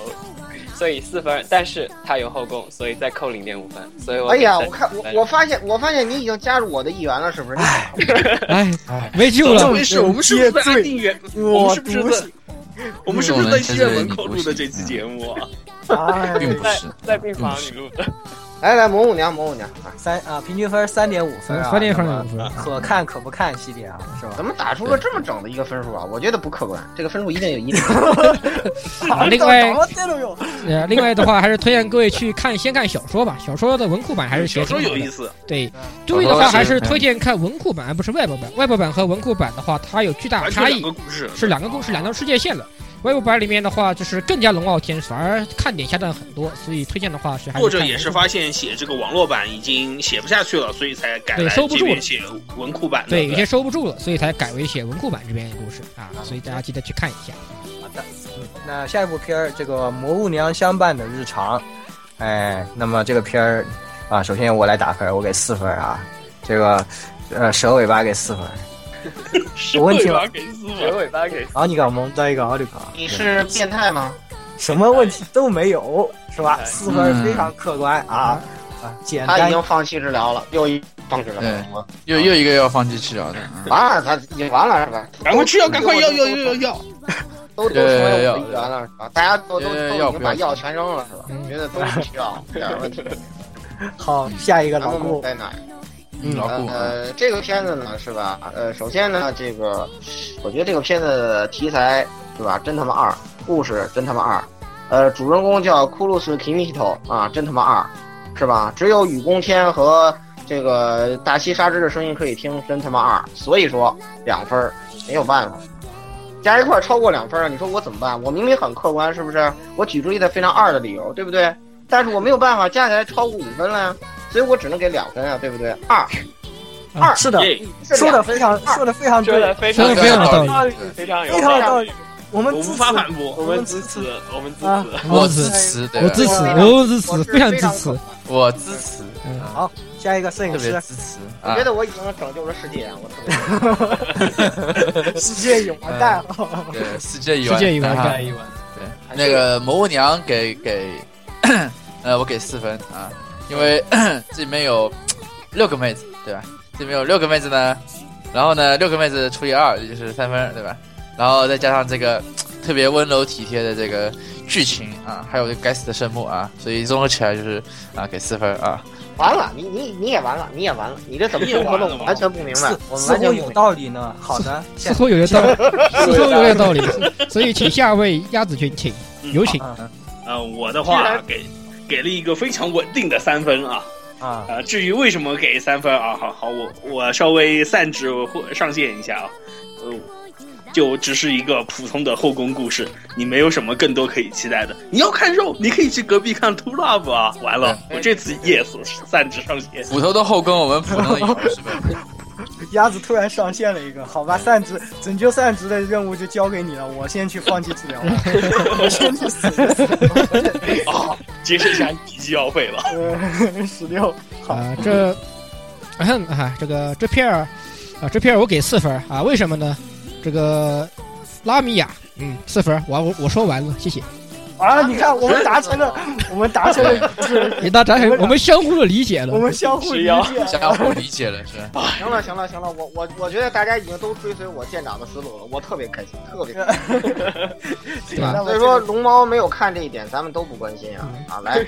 所以四分儿，但是他有后宫，所以再扣零点五分。所以我哎呀，给我看分我我发现我发现你已经加入我的一员了，是不是？哎哎，没救这了，回是我们是不是在安定园？我们是不是在我们是不是在医院门口录的这期节目啊？啊，并不在是，在病并不房里是。录的，来来，魔舞娘，魔舞娘啊，三啊，平均分三点五分啊，三点分那么五分。可看可不看系列啊，是吧？怎么打出了这么整的一个分数啊？我觉得不客观，这个分数一定有疑点。啊另外怎么这种用？呃，另外的话还是推荐各位去看，先看小说吧，小说的文库版还是写挺小时好候的有意思，对，注意的话还是推荐看文库版，而不是外部版。外部版和文库版的话，它有巨大完差全两异，个故事。是两个故事、两条世界线的。外部版里面的话，就是更加龙傲天，反而看点下降很多，所以推荐的话是还是作者看也是文库发现写这个网络版已经写不下去了，所以才改对来收不这住边了写文库版的。对有些收不住了，所以才改为写文库版这边的故事啊，所以大家记得去看一下。嗯那下一部片儿，这个《魔物娘相伴的日常》，哎，那么这个片儿啊，首先我来打分儿，我给四分儿啊，这个呃蛇尾巴给四分儿，是我问会题了吧？给死结我！尾巴给然后你搞蒙在一个奥利搞，你是变态吗？什么问题都没有是吧？嗯四分儿非常客观啊啊，简他已单经放弃治疗了，又一放弃治疗了，又又一个要放弃治疗的，嗯完了，他已经完了是吧？赶快吃药，赶快要要要要要！都都成为我的一员了是吧？大家都都都已经把药全扔了是吧？觉得都不需要这点问题。好，下一个咱老们顾，在哪儿？嗯老顾啊，呃，这个片子呢，是吧？呃，首先呢，这个我觉得这个片子的题材是吧，真他妈二，故事真他妈二。呃，主人公叫库鲁斯·奇米希头啊，真他妈二，是吧？只有雨宫天和这个大西沙织的声音可以听，真他妈二。所以说两分儿没有办法。加一块儿超过两分了，你说我怎么办？我明明很客观，是不是？我举出一个非常二的理由，对不对？但是我没有办法加起来超过五分了呀，所以我只能给两分啊，对不对？二，二是的，耶是说的两非常说的非常说的嗯对，非常说的非常有道理，非常有非常有道道理。理。我们我支无持法反驳。我们支持，我们支啊持。我支支持，对我支持，我支持，非常支持。我支持，好，下一个摄特影别师，支持我啊觉！得我已经拯救了世界，我特别。世界已完蛋了。对，世界以外，世界以外啊盖一碗，对，那个魔物娘给给， 呃，我给四分啊，因为 这里面有六个妹子，对吧？这里面有六个妹子呢，然后呢，六个妹子除以二也就是三分，对吧？然后再加上这个 特别温柔体贴的这个剧情啊，还有这个该死的圣木啊，所以综合起来就是啊，给四分啊。完了，你你你也完了，你也完了，你这怎么生活的？我完全不明白似，我们似完全乎不明有白。道理呢。好 的，似下乎有点道理，似乎有点道理。所以，请下一位鸭子君，请有请。嗯呃，嗯我的居话然给给了一个非常稳定的三分啊。啊，啊，至于为什么给三分啊，好好，我我稍微散值或上线一下啊，呃，就只是一个普通的后宫故事，你没有什么更多可以期待的。你要看肉，你可以去隔壁看 Two Love 啊。完了，对我这次 yes 散值上线，斧头的后宫，我们普通的影视呗。 鸭子突然上线了一个，嗯好吧，散值拯救散值的任务就交给你了，我先去放弃治 疗了， 我先去死。啊，节省一下笔记药费了。呃，十六，好，啊，这，嗯啊，这个这片儿啊，这片儿我给四分儿啊，为什么呢？这个拉米亚，嗯，四分儿，我我我说完了，谢谢。啊，你看我们达成 了，我们 达成了一致，也大家还我们相互的理解了我，们相互理解。相互理解了是吧？ 行了行了行了，我我我觉得大家已经都追随我舰长的思路了，我特别开心，特别开心。对吧？所以说龙猫没有看这一点，咱们都不关心啊啊！来，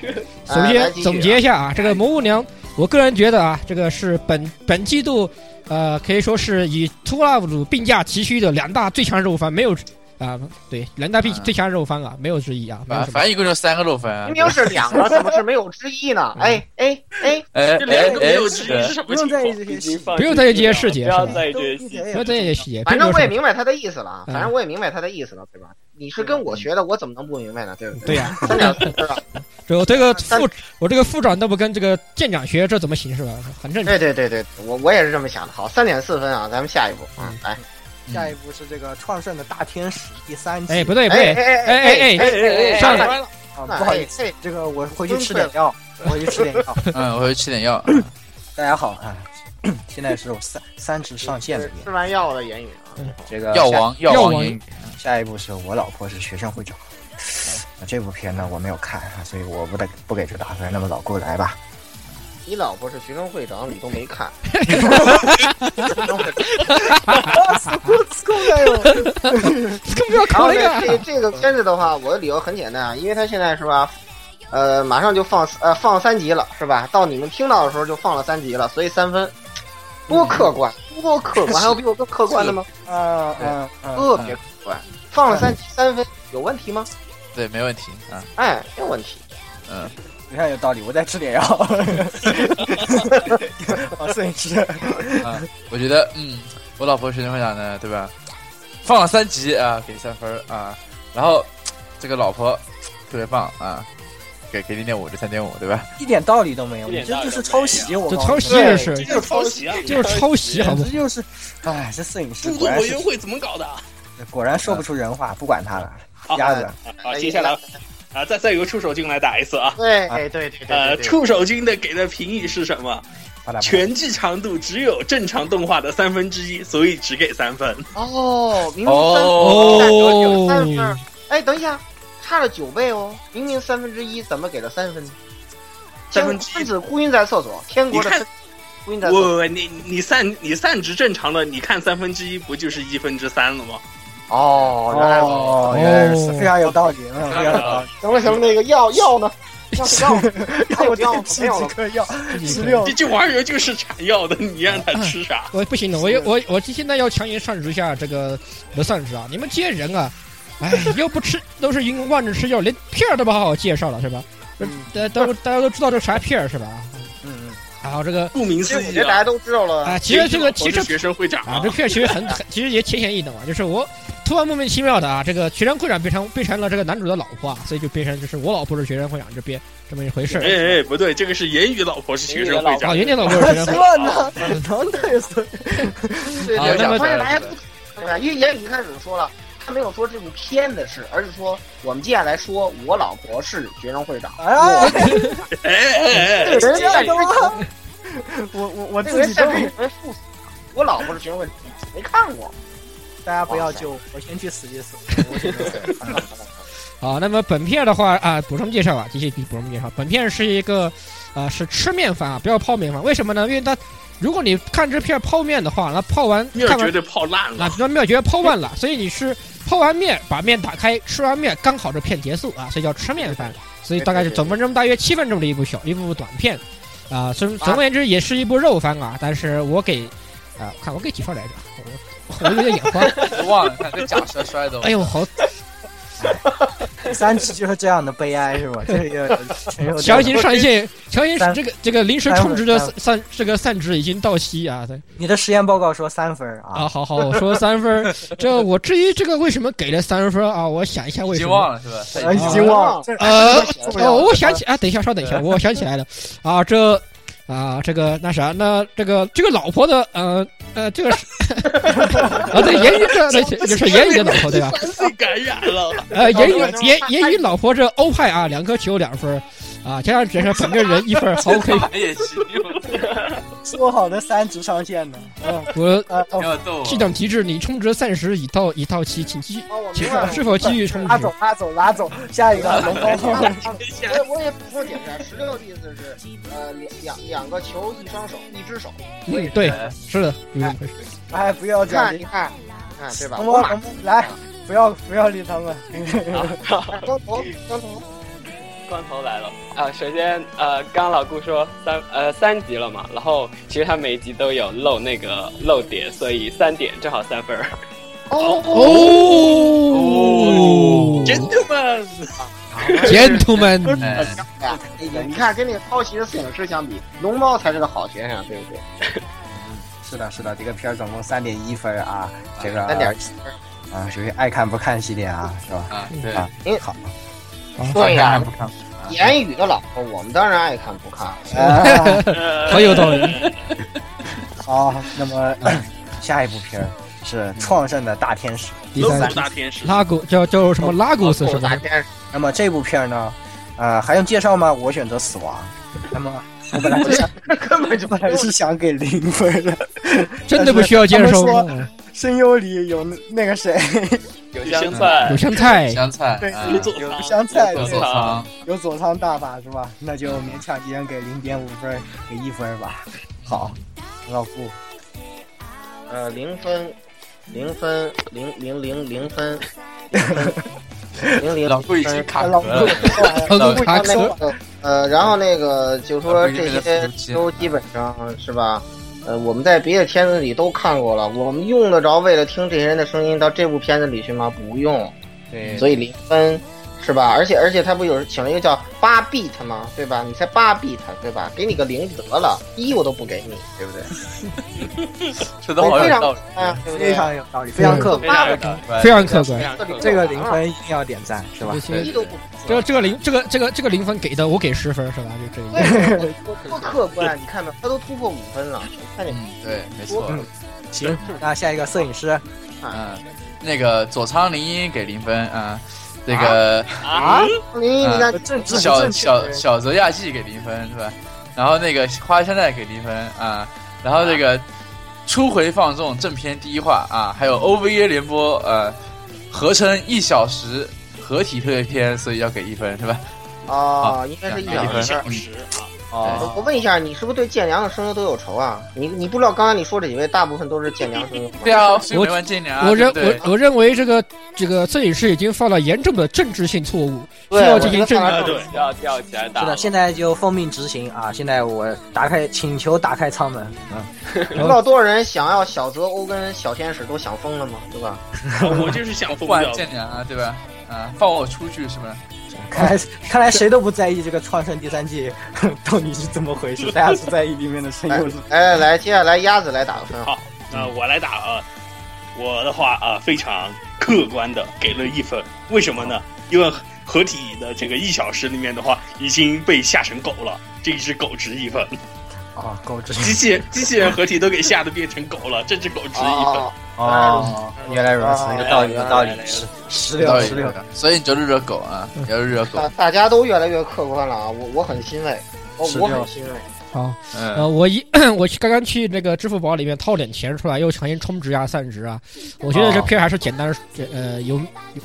首来先继续啊总结一下啊，这个魔物娘，我个人觉得啊，这个是本本季度呃可以说是以 Two Love 并驾齐驱的两大最强肉番，没有啊，对，两大必啊最强肉番啊，没有之一啊，没有反什么反。正一共就三个六分啊明。明是两个，怎么是没有之一呢？哎哎哎，哎这哎两个没哎有，之是一的是什不么情用在意这况？已些细经放不用在意这些事不情要是吧在意这些都细一点节。也不要这些细节，反正并我没有什也么明白他的意思了啊，嗯反正我也明白他的意思了，对吧？你是跟我学的，我怎么能不明白呢？对不对对？呀、三点四分啊！这我这个但副我这个副长都不跟这个舰长学，这怎么行是吧？很正常。 对对对对，我我也是这么想的。好，三点四分啊，咱们下一步嗯啊，来，下一步是这个创圣的大天使第三季。哎，不对不哎对，哎哎哎哎上来来，啊，不好意思，思，这个我回去吃点 药，我回去吃点药。嗯，我回去吃点药。大家好啊， 现在是我三三值上线里嗯面吃，完药的言语啊，这个呃药下王，药王王英下一部是我老婆是学生会长。啊这部片呢我没有看啊，所以我不得不给这个打分。那么老顾来吧，你老婆是学生会长，你都没看， 够了哟！更不要然考后那呢，个这这个片子的话，我的理由很简单啊，因为它现在是吧，呃，马上就放呃放三集了，是吧？到你们听到的时候就放了三集了，所以三分，多客嗯观，多客观，还有比我更客观 的吗？啊嗯嗯，特别客观，放了三集三分，有问题吗？对，没问题啊。哎，没有问题。嗯，非常有道理，我再吃点药。 好，摄影师，我觉得，嗯，我老婆学生会长呢，对吧？放了三集啊，给三分儿啊。然后这个老婆特别棒啊，给给零点五，就三点五，对吧？ 一点道理都没有，一你点这道就理都是抄袭，我这告诉抄你袭也这是，就是抄袭啊！就是抄袭，好不简直？就是，哎，这摄影师中果国然委是员会怎么搞的？果然说不出人话，不管他了，好鸭子。啊，接下来啊，再再由触手君来打一次啊。对，哎，对对对呃，对对，触手君的给的评语是什么？巴拉巴拉全剧长度只有正常动画的三分之一，所以只给三分。哦，明明三分，哦三分，哎，等一下，差了九倍哦，明明三分之一，怎么给了三分呢？三分之一天子孤鹰在厕所，天国的你分看子孤鹰在我厕所。我你你散你散值正常了，你看三分之一不就是一分之三了吗？哦，原来如此哦，原来如此，非常有道理，嗯非常有哦道理。行了行了，那个药药呢？药药要我药药 吃没有几了。颗药，十16六这。这玩意儿就是产药的，你让他吃啥？我不行了，我要我我现在要强行上职一下这个我的上职啊！你们这些人啊，哎，又不吃，都是云望着吃药，连片儿都不好好介绍了是吧？这大家都大家都知道这啥片儿是吧？嗯嗯，然后这个顾名其实我思义觉得大啊，家都知道了，啊，其实这个我其是实学生会长啊啊，这片儿其实很很其实也浅显易懂啊，就是我 Two 突然莫名其妙的啊，这个学生会长变成变成了这个男主的老婆啊，所以就变成就是我老婆是学生会长这边这么一回事儿。哎哎，不对，这个是言语老婆是学生会啊，长，原点 老婆是学生会长， 呢，能对死。对啊对那么对，发现大家都对吧？因为言语一开始说了，他没有说这部片子是，而是说我们接下来说我老婆是学生会长。哎，哎哎哎，这个人在的吗？啊我我我这自个人己都甚至以为父我老婆是学生会长，没看过。大家不要救我，我先去死一死。我先去死好，啊那么本片的话啊，补充介绍啊，继续补充介绍。本片是一个，啊，是吃面饭啊，不要泡面饭。为什么呢？因为它，如果你看这片泡面的话，那泡完面看绝完对泡烂了啊，。那妙觉泡完了，所以你是泡完面把面打开，吃完面刚好这片结束啊，所以叫吃面饭。所以大概是总分钟大约七分钟的一部小一部短片，啊，总总而言之也是一部肉番啊，但是我给，啊，我看我给几分来着？我我有点 眼花，我忘了，看这假舌摔的。哎呦，好三期就是这样的悲哀是吧？这个全有强行上线，强行三这个这个临时三充分值的三散散这个散值已经到期啊！对你的实验报告说三分啊啊，，好好，我说三分儿，这我至于这个为什么给了三分儿啊？我想一下为已什 经么。忘了是吧？哎已经忘了。这呃，不了哦，我想起啊，等一下，稍等一下，我想起来了，啊，这啊，这个那啥，那这个这个老婆的，呃呃，这个是啊，对，言语这 这这是言语的老婆对吧？被感染了，呃，言语言言语老婆这欧派啊，两颗球两分儿，啊，加上加上本个人一分儿，好 OK，也行，说好的三值上线呢？嗯我啊，不哦要逗我系。统提示你充值暂时已到已到期，请继哦，我请明白了。是否继续充拉值走？拉走拉走，下一个龙猫。我也我也补充解释啊，十六的意思是，呃，两两两个球，一双手，一只手。嗯，对，是的，有这么回事。哎，不要你这样看，，你看，你看，对吧？龙我猫马龙猫来，不要不要理他们。光头，光头，光头来了啊、首先，呃，刚刚老顾说三呃三集了嘛，然后其实他每一集都有漏那个漏点，所以三点正好三分儿。哦真的吗？ ，gentlemen，哎哎那个你看，跟那个抄袭的摄影师相比，龙猫才是个好学生，对不对？是的，是的，这个片儿总共三点一分啊，这个三点。啊，属于爱看不看系列啊，是吧？啊，对，啊哎好，对呀、不看言语的老婆，我们当然爱看不看。呃，很有道理。好，那么下一部片儿是《创圣的大天使》。第龙三骨大天使，拉古叫叫什么拉古斯是大吧？天使，那么这部片儿呢，呃，还用介绍吗？我选择死亡。那么我本来是想， 根本就本来是想给零分的。真的不需要接受哦他们声优里有那个谁，有香香菜有香菜，香菜，对啊有佐有仓香菜有有佐佐对，仓，有佐仓大法是吧？那就勉强一人给零点五分，给一分吧。好，老顾，呃，零分，零分，零零零零分，零零老顾已经卡哎老壳顾了。老老古卡那壳，个呃，然后那个就啊说这些都基本上是吧？呃，我们在别的片子里都看过了，我们用得着为了听这些人的声音到这部片子里去吗？不用，对，所以零分是吧？而且而且他不有请了一个叫八 beat 吗？对吧？你才八 beat 对吧？给你个零得了，一我都不给你，对不对？说的好有道理，啊，对不非对？常有道理，非常客观。八的非常客观。这个零分一定要点赞是吧？一都不这个这个零这个这个这个零分给的我给十分是吧？就这个意思。对多客观，你看到他都突破五分了，看见嗯，对，没错，嗯行，那下一个摄影师，嗯，那个佐仓绫音给零分啊，这个啊，你你看正直小小小泽亚纪给零分是吧？然后那个花香奈给零分啊，然后这个初回放纵正片第一话啊，还有 OVA 联播呃合成一小时合体特别篇，所以要给一分是吧？哦，应该是一两两个一一小小时啊，我哦，问一下，你是不是对建良的声优都有仇啊？你你不知道刚刚你说这几位大部分都是建良声优吗？对啊，所以没玩剑娘啊，我对认不对我我认为这个这个摄影师已经犯了严重的政治性错误，需对要进行我觉得政看来啊对，要吊起来打是了。的，现在就奉命执行啊！现在我打开，请求打开舱门。嗯 不知道多少人想要小泽欧跟小天使都想疯了吗？对吧？我就是想疯不玩掉。剑娘啊，对吧？啊，放我出去是吧？看来看来谁都不在意这个《创圣》第三季 到底是怎么回事，大家只在意里面的声优是。哎来来来，接下来鸭子来打个分好，那我来打啊，我的话啊，非常客观的给了一分。为什么呢？因为合体的这个一小时里面的话，已经被吓成狗了，这一只狗值一分。啊，狗之机器人机器人合体都给吓得变成狗了，这只狗值一分。哦，哦，原来如此，啊有道理，有道理原来，十十道六理十六的，嗯所以你就日热狗啊，你要日热狗大。大家都越来越客观了啊，我我很欣慰，我是这我样很欣慰。好，嗯，呃，我一 我去刚刚去那个支付宝里面套点钱出来，又重新充值啊、散值啊，我觉得这哦片还是简单，呃，有，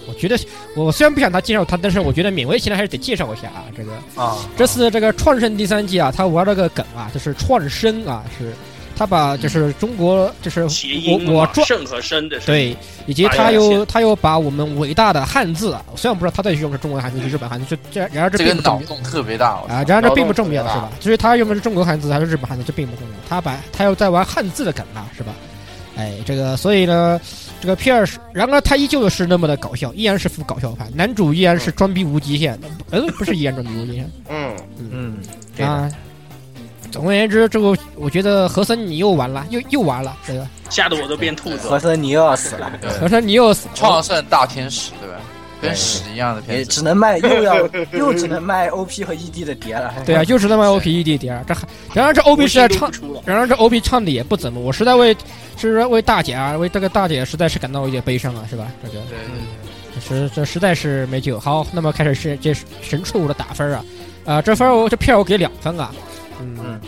我觉得我虽然不想他介绍他，但是我觉得勉为其难还是得介绍一下啊。这个啊，这次这个《创圣》第三季啊，他玩了个梗啊，就是创生啊，是他把就是中国就是谐音哦我我嘛，赚圣和生的圣对，以及他又他又把我们伟大的汉字啊，虽然不知道他到底用的是中文还是日本汉字，这这然而这这并个不脑重要洞特别大，我啊，然而这并不重要脑洞是吧？就是他用的是中国汉字还是日本汉字，这并不重要。他把他又在玩汉字的梗啊，是吧？哎，这个所以呢，这个片儿是，然而他依旧是那么的搞笑，依然是副搞笑派，男主依然是装逼无极限，呃，不是依然装逼无极限。嗯，嗯，对的，啊，总而言之，这个我觉得和森你又完了，又又完了，对吧？吓得我都变兔子和了。森你又要死了，和森你又死创圣大天使对吧？对跟屎一样的也片只子，能卖又要又只能卖 OP 和 ED 的碟了，对啊，又是他妈 OP EDDR，这啊还然而这 OP 实在唱，出了，然而这 OP 唱的也不怎么，我实在为是为大姐啊，为这个大姐实在是感到有点悲伤啊，是吧？这个对对对，实这实在是没救。好，那么开始是这神畜的打分啊，啊、这分儿我这片儿我给两分啊，嗯嗯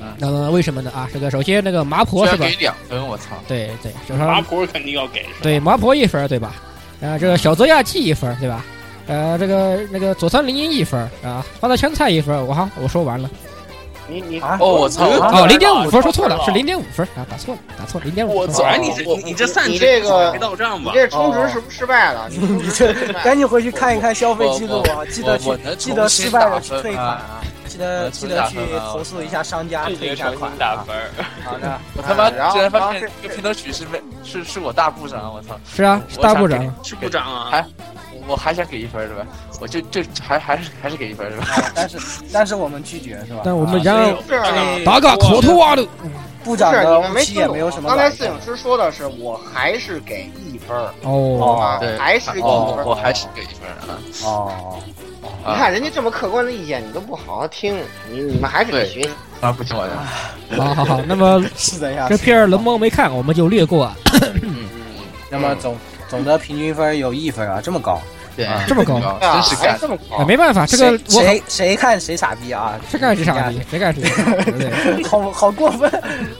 嗯那么为什么呢？啊，这个首先那个麻婆居是然吧给？两分，我操！对对，就是麻婆肯定要给。对，麻婆一分儿，对吧？呃，这个小泽亚纪一分儿，对吧？呃，这个那个佐仓绫音一分儿啊，花泽香菜一分儿，我哈我说完了你你啊，哦，我操！啊哦，零点五分儿我说错了了，是零点五分儿啊，打错了，打错零点五我分操儿。哎，你这我你这散你值这个没到账你吧？这充值是不是失败了？你充值是不是失败了赶紧回去看一看消费记录啊，我记得我去能记得重失新败打了去分退款啊！啊，记得我记重新得打去分啊投诉一下商家自退己一下重款新打啊，分儿，好的，我他妈哎然后竟然发然后现这个片头曲是没是是我大部长，我操！是啊，是大部长。是部长啊，还我还想给一分是吧？我就就还还是还是给一分是吧？啊但是但是我们拒绝是吧？但我们啊然而是啊对打个口头啊的，部不长是的你们没 OP 听也懂啊没有什么刚才卵摄用，影师说的是，我还是给一分儿哦，啊对，，还是给一哦分，我儿。还是给一分啊！哦，你看人家这么客观的意见，你都不好好听，你你们还是得对学习。啊，不听我的，好好好，那么是的呀，这是片的儿龙猫没看，我们就略过啊，嗯那么总总的平均分有一分啊，这么高，嗯对啊，哎这么高啊真是还干！这么啊高，没办法，这个我谁谁谁看谁傻逼啊，谁干谁傻逼，谁干谁傻逼，对不对？ 好好过分，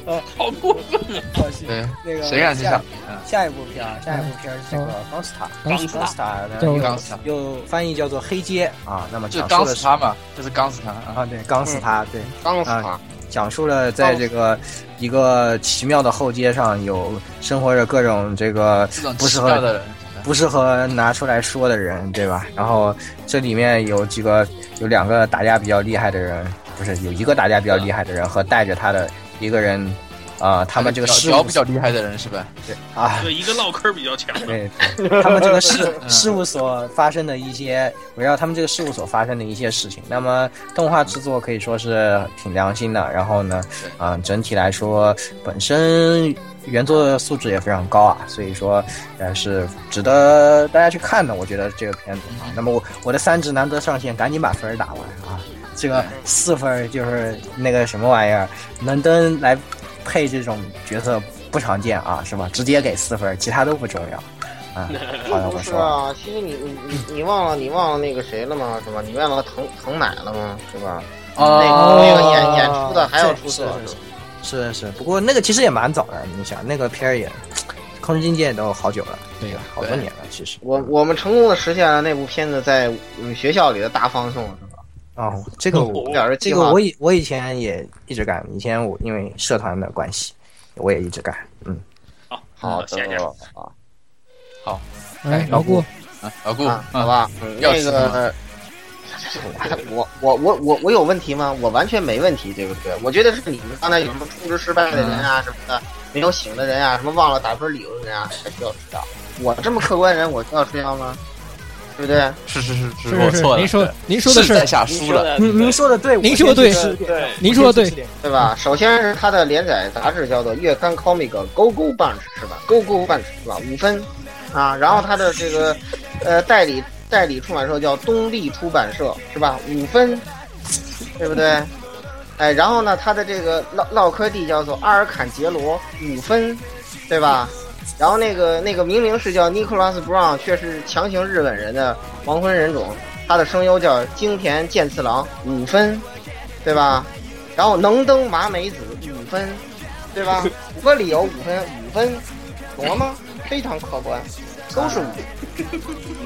呃，好过分好心对，那个谁敢去下想？嗯，下一部片啊，下一部片是这个《钢丝塔》，钢丝塔钢丝塔呢对钢丝塔又又翻译叫做黑街啊，那么就讲述钢的死是他嘛，就是钢死他啊！啊，对，钢丝塔，对，刚死啊啊！讲述了在这个一个奇妙的后街上，有生活着各种这个这种不知适合道的人，不适合拿出来说的人，对吧？然后这里面有几个，有两个打架比较厉害的人，不是有一个打架比较厉害的人和带着他的一个人，啊、他们这个事聊务比较厉害的人是吧？啊，对，一个唠嗑比较强的，对， 他们这个事嗯事务所发生的一些，围绕他们这个事务所发生的一些事情。那么动画制作可以说是挺良心的，然后呢，啊、整体来说本身原作素质也非常高啊，所以说呃是值得大家去看的。我觉得这个片子啊，那么我我的三值难得上线，赶紧把分儿打完啊。这个四分儿就是那个什么玩意儿，能登来配这种角色不常见啊，是吧？直接给四分儿，其他都不重要。 啊，好的，不我是说了。啊，其实你你你你忘了你忘了那个谁了吗？是吧？你忘了疼疼奶了吗？是吧？那个那个演演出的还要出哦是色，是是是，不过那个其实也蛮早的，你想那个片儿也，空之境界都好久了，对吧？好多年了，其实。我我们成功的实现了那部片子在嗯学校里的大放送，是吧？哦，这个我我表示这计个划我以我以前也一直干，以前我因为社团的关系，我也一直干，嗯，好，好谢谢的。啊哎，老顾，啊，老顾，啊，好啊，吧，要那吃吗个。 我我我我我有问题吗？我完全没问题，对不对？我觉得是你们刚才有什么充值失败的人嗯啊什么的，没有醒的人啊，什么忘了打分理由的人啊，才需要吃药。我这么客观人，我需要吃药吗？对不对？是是是是是，我是是，错了，您说对您说的在是，下您输说了，的您您对说的对，您说的对我对，您说的对，对吧？首先是它的连载杂志叫做《月刊 Comic Go Go Bunch》是吧？Go Go Bunch 是吧？五分，啊，然后它的这个呃代理代理出版社叫东立出版社，是吧？五分，对不对？哎，然后呢，它的这个唠唠科地叫做阿尔坎杰罗五分，对吧？然后那个那个明明是叫 Nicholas Brown，却是强行日本人的黄昏人种，他的声优叫京田健次郎五分，对吧？然后能登麻美子五分，对 吧？五个理由五分五分，懂了吗？非常客观，都是五。啊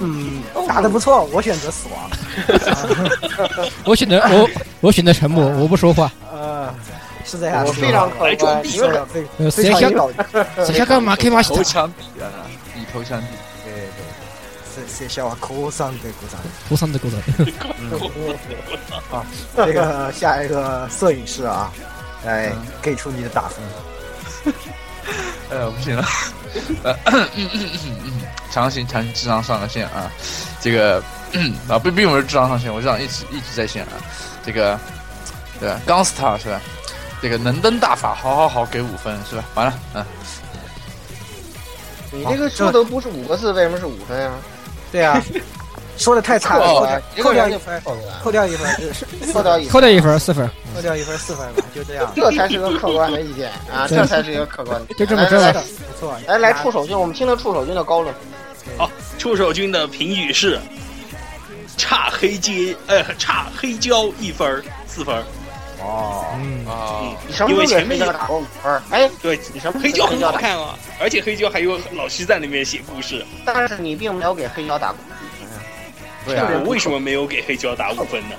嗯，打得不错，我选择死亡。我选择我我选择沉默，我不说话。呃，是这样，我是哎非常客观，你这们样很非呃，非谁常想有脑谁想干嘛可以嘛？投降底 啊，以投降底。对对，这这下我口上对鼓掌。不上的过程。好，这个下一个摄影师啊，来给出你的打分。呃，不行了，呃，嗯强行强行智商上了线啊，这个啊并并不是智商上线，我这样一直一直在线啊，这个对吧？Gunstar 是吧？这个能登大法，好好好，给五分是吧？完了，嗯，你这个说的不是五个字，为什么是五分啊？对啊，说的太差了，扣扣啊掉，哎一扣掉个人一就分扣啊了，扣掉一分，就是扣到一分， 扣掉一分，四分，扣掉一分四分吧，就这样。这才是个客观的意见 啊，对这才是一个客观的。就这么来着来吧来不 错，来来，触手君，我们听听触手君的高论。触手君的评语是：差黑阶，呃，差黑胶一分儿四分儿。哦，嗯，哦，你什么因为时候给前面黑胶打过五分儿？哎，对，你什么时黑候给胶黑很胶好打？看啊，而且黑胶还有老师在那边写故事。但是你并没有给黑胶打过。对啊，我为什么没有给黑胶打五分呢？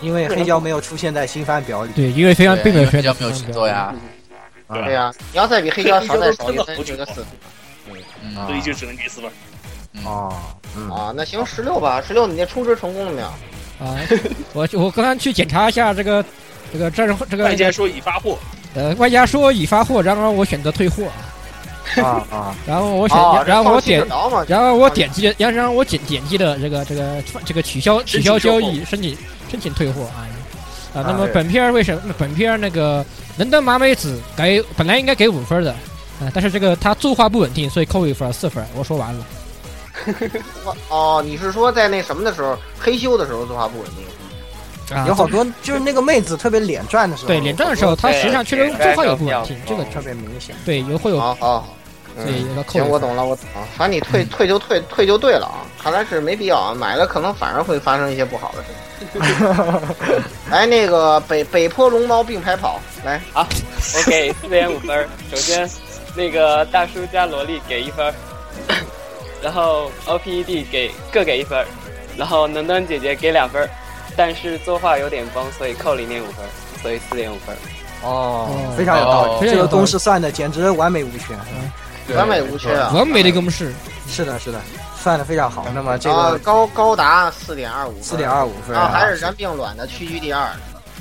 因为黑胶没有出现在新番表里。对，因为非常并没有比选较没有去做呀，对对吧？呀，你要再比黑胶少再少一啊黑分，胶就真个的四嗯，所以就只能给四分儿。哦，嗯，啊。那行十六吧，十六，你那充值成功了没有？啊，我我刚刚去检查一下这个这个这这外个加说已发货，呃，外加说已发货，然而我选择退货，啊啊，然后我选，哦，然后我点这放弃治，疗嘛，然后我点击，然后然后我点点击的这个这个这个取消取消交易，申请申请退货啊。啊，那么对本片儿为什么本片儿那个能登麻美子给本来应该给五分儿的，啊，但是这个他作画不稳定，所以扣一分儿，四分儿。我说完了，哦，你是说在那什么的时候，黑修的时候作画不稳定？啊，有好多就是那个妹子特别脸转的时候，对连战的时候，他实际上确实作画有不稳定，这个特别明显。对有会有好哦好，好对嗯，有个扣一行，我分儿。嗯懂了，我懂了。反正你退退就退，退就对了啊。看来是没必要啊，买了可能反而会发生一些不好的事 情。来，那个北北坡龙猫并排跑，来，我给四点五分儿。首先，那个大叔加萝莉给一分儿，然后 OPED 给各给一分儿，然后能能姐姐给两分儿，但是作画有点崩，所以扣零点五分儿，所以四点五分儿。哦，非常有道理，这嗯个公式算的简直完美无缺。对完美无缺啊。完美的公式，是的，是的，算的非常好。那么这然后个啊高高达四点二五，四点，二五分啊啊然后啊还是燃并卵的屈居第二。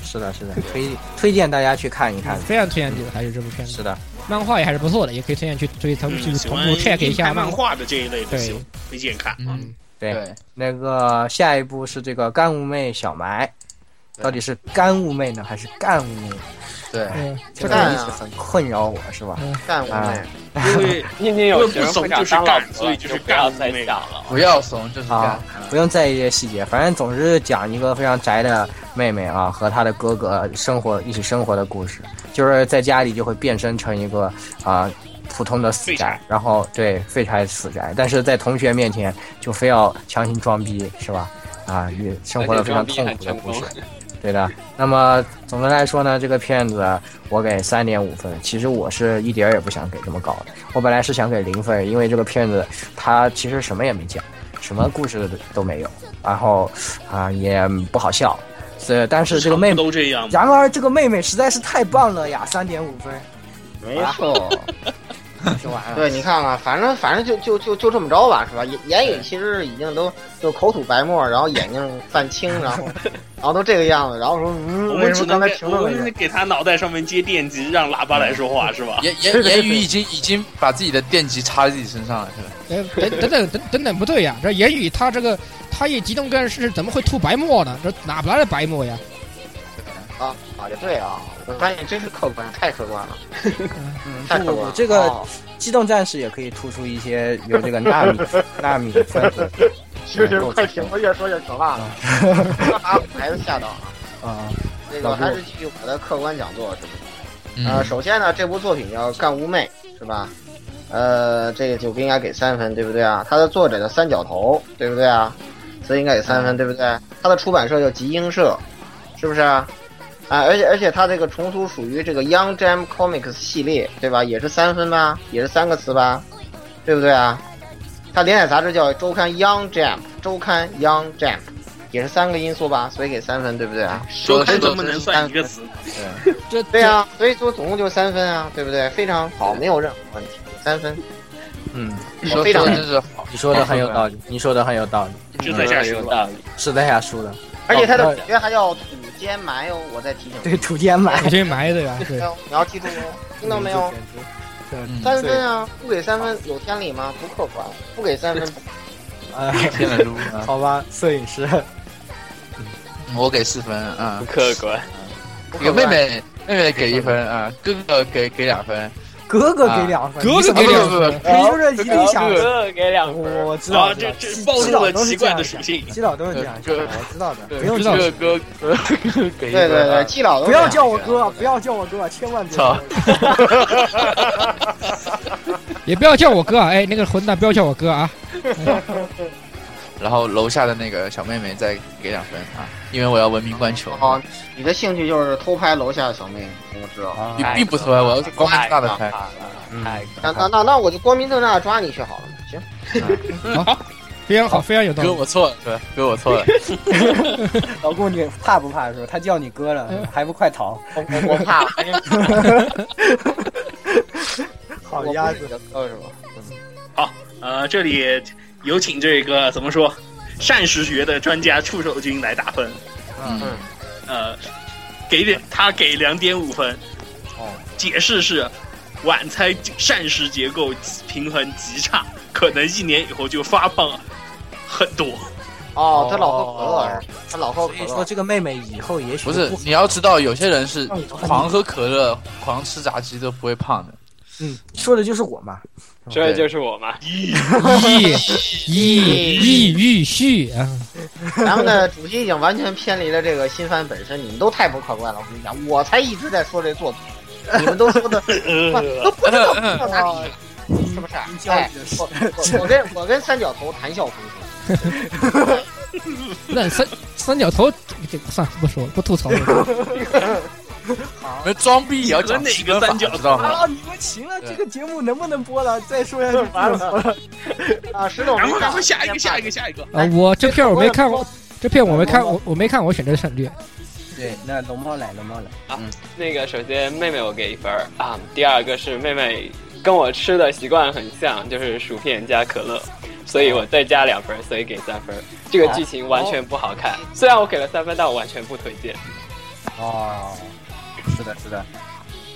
是的，是的，推推荐大家去看一看。嗯非常推荐这个，还是这部片子，是的，漫画也还是不错的，也可以推荐去追同去嗯，喜同欢步 check 一下看漫画。画的这一类的，对喜欢推荐看啊。嗯，对对，那个下一步是这个干物妹小埋，到底是干物妹呢，还是干物妹？对，嗯，这个干啊嗯一直很困扰我，是吧？干我啊妹，因为听听有学生会长当老因为不怂就是干婆所了，以就是不要干再那个想了。不要怂，就是嗯干啊，，不用在意这些细节，反正总是讲一个非常宅的妹妹啊和她的哥哥生活一起生活的故事，就是在家里就会变身成一个啊、普通的死废宅柴，然后对废柴死宅，但是在同学面前就非要强行装逼，是吧？啊，也生活的非常痛苦的故事而且装逼还成，对的。那么总的来说呢，这个片子我给三点五分。其实我是一点儿也不想给这么高的，我本来是想给零分，因为这个片子它其实什么也没讲，什么故事都没有，然后啊、也不好笑。所以，但是这个妹妹，都这样，然而这个妹妹实在是太棒了呀，三点五分，没啊错。说完了。 对，你看看，反正反正就就就就这么着吧，是吧？言言语其实已经都就口吐白沫，然后眼睛泛青，然 后然后都这个样子，然后说我嗯，为们什只么刚能才给评我论们了只一能下？给他脑袋上面接电极，让喇叭来说话是吧？言言言语已经已经把自己的电极插在自己身上了，是吧？哎，等等等等等等，不对呀！这言语他这个他一激动干事，怎么会吐白沫呢？这哪来的白沫呀？啊啊，也对啊，我发现真是客观，太客观了，太不客观不了。嗯这个哦机动战士也可以突出一些有这个纳 米纳米分子行行，快停吧，越说越可怕了， 把我孩子吓到了。啊，那个还是继续我的客观讲座，是吧？呃，嗯，首先呢，这部作品叫《干物妹》，是吧？呃，这个就应该给三分，对不对啊？它的作者叫三角头，对不对啊？所以应该给三分，对不对？它的出版社叫集英社，是不是啊？啊，而且而且它这个重组属于这个 Young Jam Comics 系列，对吧？也是三分吧，也是三个词吧，对不对啊？它连载杂志叫周刊 Young Jam，周刊 Young Jam，也是三个因素吧，所以给三分，对不对啊？说的周是刊怎的么能是算一个词？这对啊，所以说总共就三分啊，对不对？非常好，没有任何问题，三分。嗯，说非说常的真是好，你说的很有道理，你说的很有道理，这在下有说，道理。是在下 输了，而且它哦的主角还要土间埋哦，我再提醒你，对土间埋我，先埋的呀，对哎，呦你要记住哦，听到没 有？？嗯对，三分啊，不给三分有天理吗？不客观，不给三分。啊，天了撸啊！好吧，摄影师，我给四分啊不，客观，不给客观妹，妹妹妹给一分啊，哥哥给给两分， 哥哥给两分，哥哥啊给不两不分不不，你是不是一定想啊哥？哥给两分，我知道，啊，知道这这暴露了奇怪的属 性。基佬都是这样想的，我知道的，不用哥叫，哥哥哥哥给一对对分对，啊，基佬都不要叫我哥，不要叫我哥，千万别叫我哥。也不要叫我哥啊，哎，那个混蛋不要叫我哥啊，然后楼下的那个小妹妹再给两分啊，因为我要文明观球，哦，你的兴趣就是偷拍楼下的小妹，我知道。你啊并不偷拍，我要光哎明正大的拍，太那那那那我就光明正大的抓你去好了。行，非常好，非常有道哥理。我错了，哥哥我错了，老顾，你怕不怕？是吧？他叫你哥了，还不快逃？我我我怕了，好我鸭不是子你，的哥是吧？呃，这里有请这个怎么说，膳食学的专家触手君来打分。嗯，呃，给点他给两点五分。哦，解释是晚餐膳食结构平衡极差，可能一年以后就发胖很多。哦，他老喝可乐是吧，他老喝所可以说乐。这个妹妹以后也许不是不，你要知道有些人是狂喝可乐、狂吃炸鸡都不会胖的，嗯，说的就是我嘛。说的就是我嘛。一、一、一、玉续啊，咱们的主题已经完全偏离了这个新番本身，你们都太不客观了。我跟你讲，我才一直在说这作品，你们都说的呃都不知道到 哪 里，哦是不是？哎，我我我跟我跟三角头谈笑风生，那三三角头这算了，不说了，不吐槽了。你们装逼也要讲哪基个本法，三角知道吗？ 啊，你们行了，对这个节目能不能播了？再说下去不能播了。啊，石头，然后，然后下一个，下一个，下一个。啊，我这片儿我没看过，这片哎我没看，我我没看，我选择省略。对，那龙猫来，龙猫来。那个首先妹妹我给一分儿啊，第二个是妹妹跟我吃的习惯很像，就是薯片加可乐，所以我再加两分儿，所以给三分儿。这个剧情完全不好看，虽然我给了三分，但我完全不推荐。哦，是的，是的。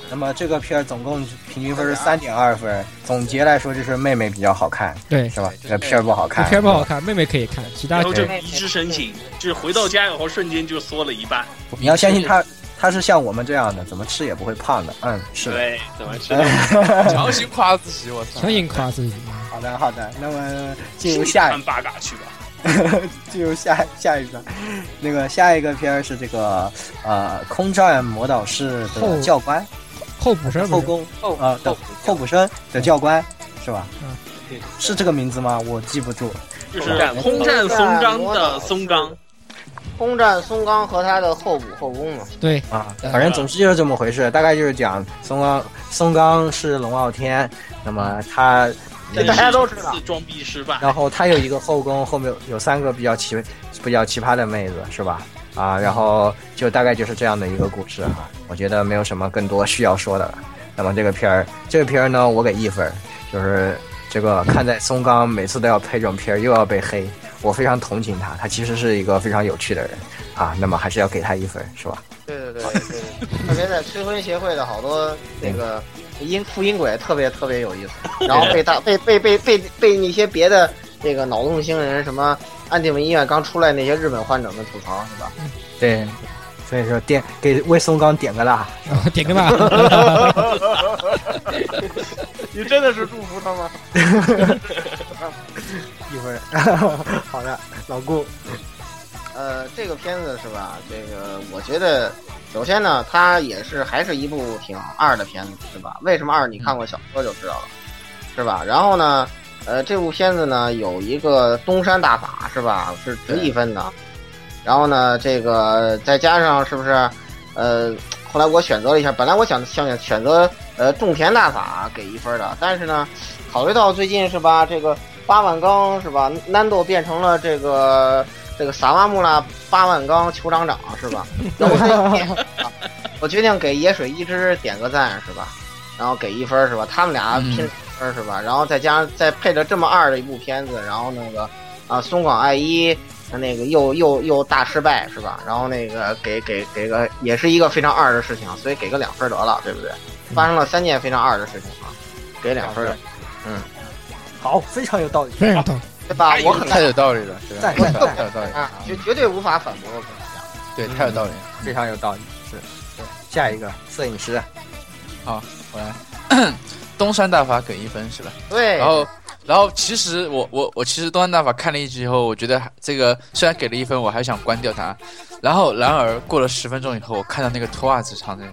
那么这个片儿总共平均分是三点二分，总结来说就是妹妹比较好看，对，是吧？这个片儿不好这看，片儿不好看，妹妹可以看，其他然后就迷之深省，就是回到家以后瞬间就缩了一半。你要相信他，他是像我们这样的，怎么吃也不会胖的。嗯，是的。对，怎么吃？呢？啊强行夸自己，我操！强行夸自己。好的，好的。那么进入你下看八嘎去吧。进入下下一个，那个下一个片儿是这个呃，空战魔导士的教官候补生后不是宫后呃的候补生的教官是吧？嗯，是这个名字吗？我记不住。就是空战松冈的松冈，攻占松冈和他的后补后宫嘛。对，啊，反正总之就是这么回事，大概就是讲松冈松冈是龙傲天，那么他 这大家都知道次，装逼失败。然后他有一个后宫，后面有三个比较奇比较奇葩的妹子，是吧？啊，然后就大概就是这样的一个故事哈、我觉得没有什么更多需要说的了。那么这个片儿，这个片儿呢，我给一分儿，就是这个看在松冈每次都要拍这种片儿，又要被黑，我非常同情他，他其实是一个非常有趣的人啊。那么还是要给他一分儿，是吧？对 对对对，特别在催婚协会的好多那个音副音轨特别特别 有意思，然后被大被被被被被那些别的那个脑洞星人什么安定文医院刚出来那些日本患者们吐槽是吧？对，所以说点给魏松刚点个蜡，点个吧。 你真的是祝福他吗？一会儿 好的，老顾，呃，这个片子是吧？这个我觉得，首先呢，它也是还是一部挺二的片子，是吧？为什么二？你看过小说就知道了，是吧？然后呢，呃，这部片子呢有一个东山大法，是吧？是值一分的。然后呢，这个再加上是不是？呃，后来我选择了一下，本来我想想选择呃种田大法给一分的，但是呢，考虑到最近是吧，这个八万钢是吧，南豆变成了这个这个萨瓦穆拉八万钢酋长长是吧？然后我决定啊我决定给野水一只点个赞是吧？然后给一分是吧？他们俩拼分是吧？然后再加上再配着这么二的一部片子，然后那个啊松冈爱一。那个又又又大失败是吧？然后那个给给给个也是一个非常二的事情，所以给个两分得了，对不对？发生了三件非常二的事情啊，给两分儿，好，非常有道理，非常懂，对吧？我很太有道理了，对吧赞？赞赞太有道理啊了，，绝绝对无法反驳我跟你讲。对，太有道理了。非常有道理，是。对下一个摄影师，嗯我来， 东山大法给一分是吧？对，然后，然后其实我我我其实东山大法看了一集以后，我觉得还这个虽然给了一分，我还想关掉它。然后，然而过了十分钟以后，我看到那个脱袜子场景，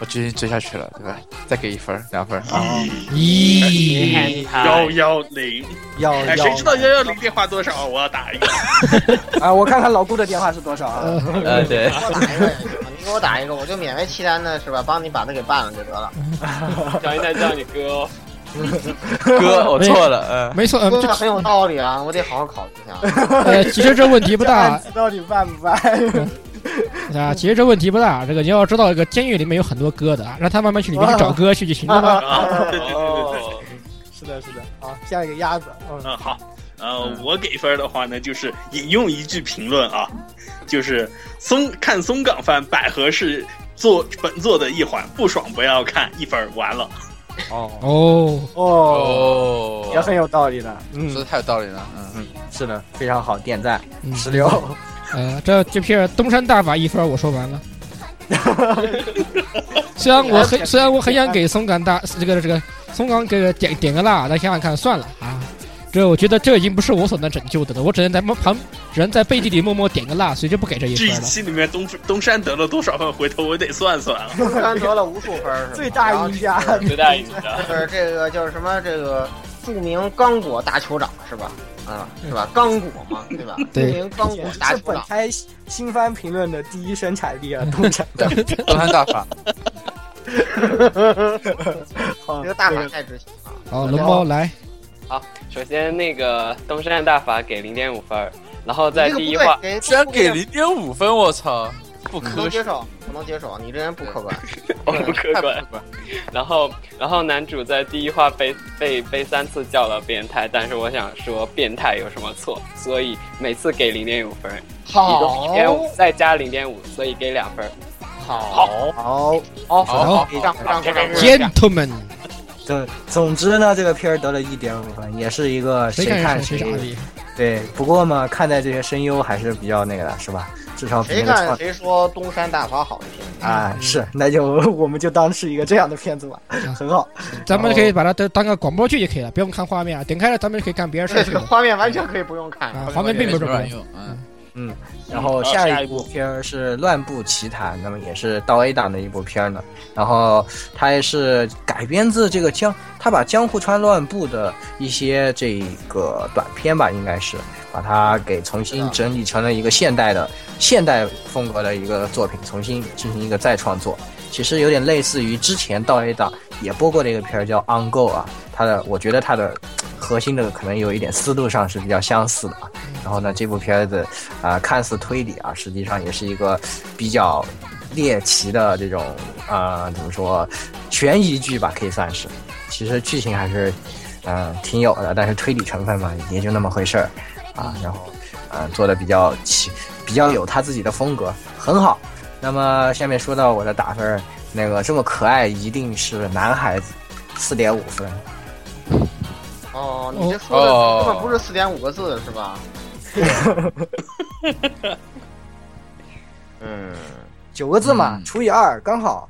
我决定追下去了，对吧？再给一分，两分啊！咦，幺幺零，要哎，要谁知道幺幺零电话多少？我要打一个。啊？我看看老顾的电话是多少啊？ 呃，对，给我打一个也 行，你给我打一个，我就勉为其难的是吧，帮你把它给办了就得了。小英在叫你哥哦，哥，我错了，嗯、没错，呃说这的很有道理啊，我得好好考虑一下。呃，其实这问题不大案子到底办不办？啊，其实这问题不大。这个你要知道，这个监狱里面有很多哥的啊，让他慢慢去里面去找哥去就行了嘛。啊，对对对对对。是的，是的。好，下一个鸭子，嗯，嗯，好，呃，我给分儿的话呢，就是引用一句评论啊，就是松看松港番百合是作本作的一环，不爽不要看，一分儿完了。哦哦，哦，哦，也很有道理的，说嗯，的太有道理了，嗯。是的，非常好，点赞，嗯十六，呃，这这片东山大法一分，我说完了。虽然我很虽然我很想给松冈大这个这个松冈给个点点个蜡，但想想看算了啊，这我觉得这已经不是我所能拯救的了，我只能在默旁只能在背地里默默点个蜡，所以就不给这一这分一了。期里面东东山得了多少分？回头我得算算啊。突然得了无数分儿，是吧最大赢 家，最大赢家。就是这个叫什么这个著名刚果大酋长是吧？啊，是吧？刚果嘛，对吧？著对名刚果大 是酋本长。台新番评论的第一生产力啊，东产的，东山大法，好这个大法太值钱了。好，龙猫来，首先那个东山大法给零点五分儿，然后在这个哦不第一对，话，给居然给零点五分，我操，不不科能学接，受，不能接受，你这人不客观。我不客观。然后，然后男主在第一话被被被三次叫了变态，但是我想说变态有什么错？所以每次给零点五分，一共哦零点五再加零点五，所以给两分。好，好，好，好让让让， ，gentlemen，总总之呢，这个片儿得了一点五分，也是一个谁谁看谁傻逼？对。不过嘛，看待这些声优还是比较那个的，是吧？至少比谁那个看创谁嗯说东山大法好一些？啊，是，那就 我们就当是一个这样的片子吧，很好。咱们可以把它当当个广播剧就可以了，不用看画面啊，点开了咱们就可以干别的事这情个了画面完全可以不用看。啊，画面并不是没什重么卵要。用，嗯，然后嗯好下下一一部部片儿是《乱步奇谭》，那么也是到 A 档的一部片儿呢。然后它也是改编自这个江，他把江户川乱步的一些这个短片吧，应该是把它给重新整理成了一个现代的现代风格的一个作品，重新进行一个再创作。其实有点类似于之前到 A 档也播过的一个片儿叫《On Go》啊，它的我觉得它的核心的可能有一点思路上是比较相似的啊。然后呢，这部片子啊、看似推理啊，实际上也是一个比较猎奇的这种啊、呃怎么说，悬疑剧吧，可以算是。其实剧情还是嗯、呃挺有的，但是推理成分嘛，也就那么回事儿啊。然后嗯、呃做的比较奇，比较有他自己的风格，很好。那么下面说到我的打分儿，那个这么可爱一定是男孩子，四点五分。哦，你这说的根本不是四点五个字 是吧？嗯，九个字嘛，嗯除以二刚好，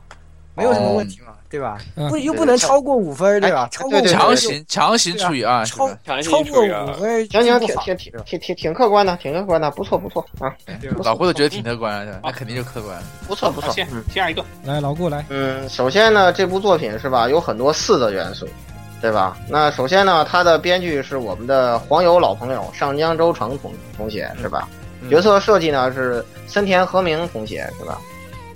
没有什么问题嘛，对吧？不又不能超过五分儿，对吧？超过五分强儿行强行除以二，是超吧强行超除过以二五分儿就行行，不挺好挺挺挺挺挺客观的，挺客观的，不错不错啊，老郭都觉得挺客观的，那肯定就客观了。不错不好，错。下下一个，来，老顾来，嗯，首先呢，这部作品是吧，有很多四的元素，对吧？那首先呢，它的编剧是我们的黄油老朋友上江周成同同学，是吧？角色设计呢是森田和明同学，是吧？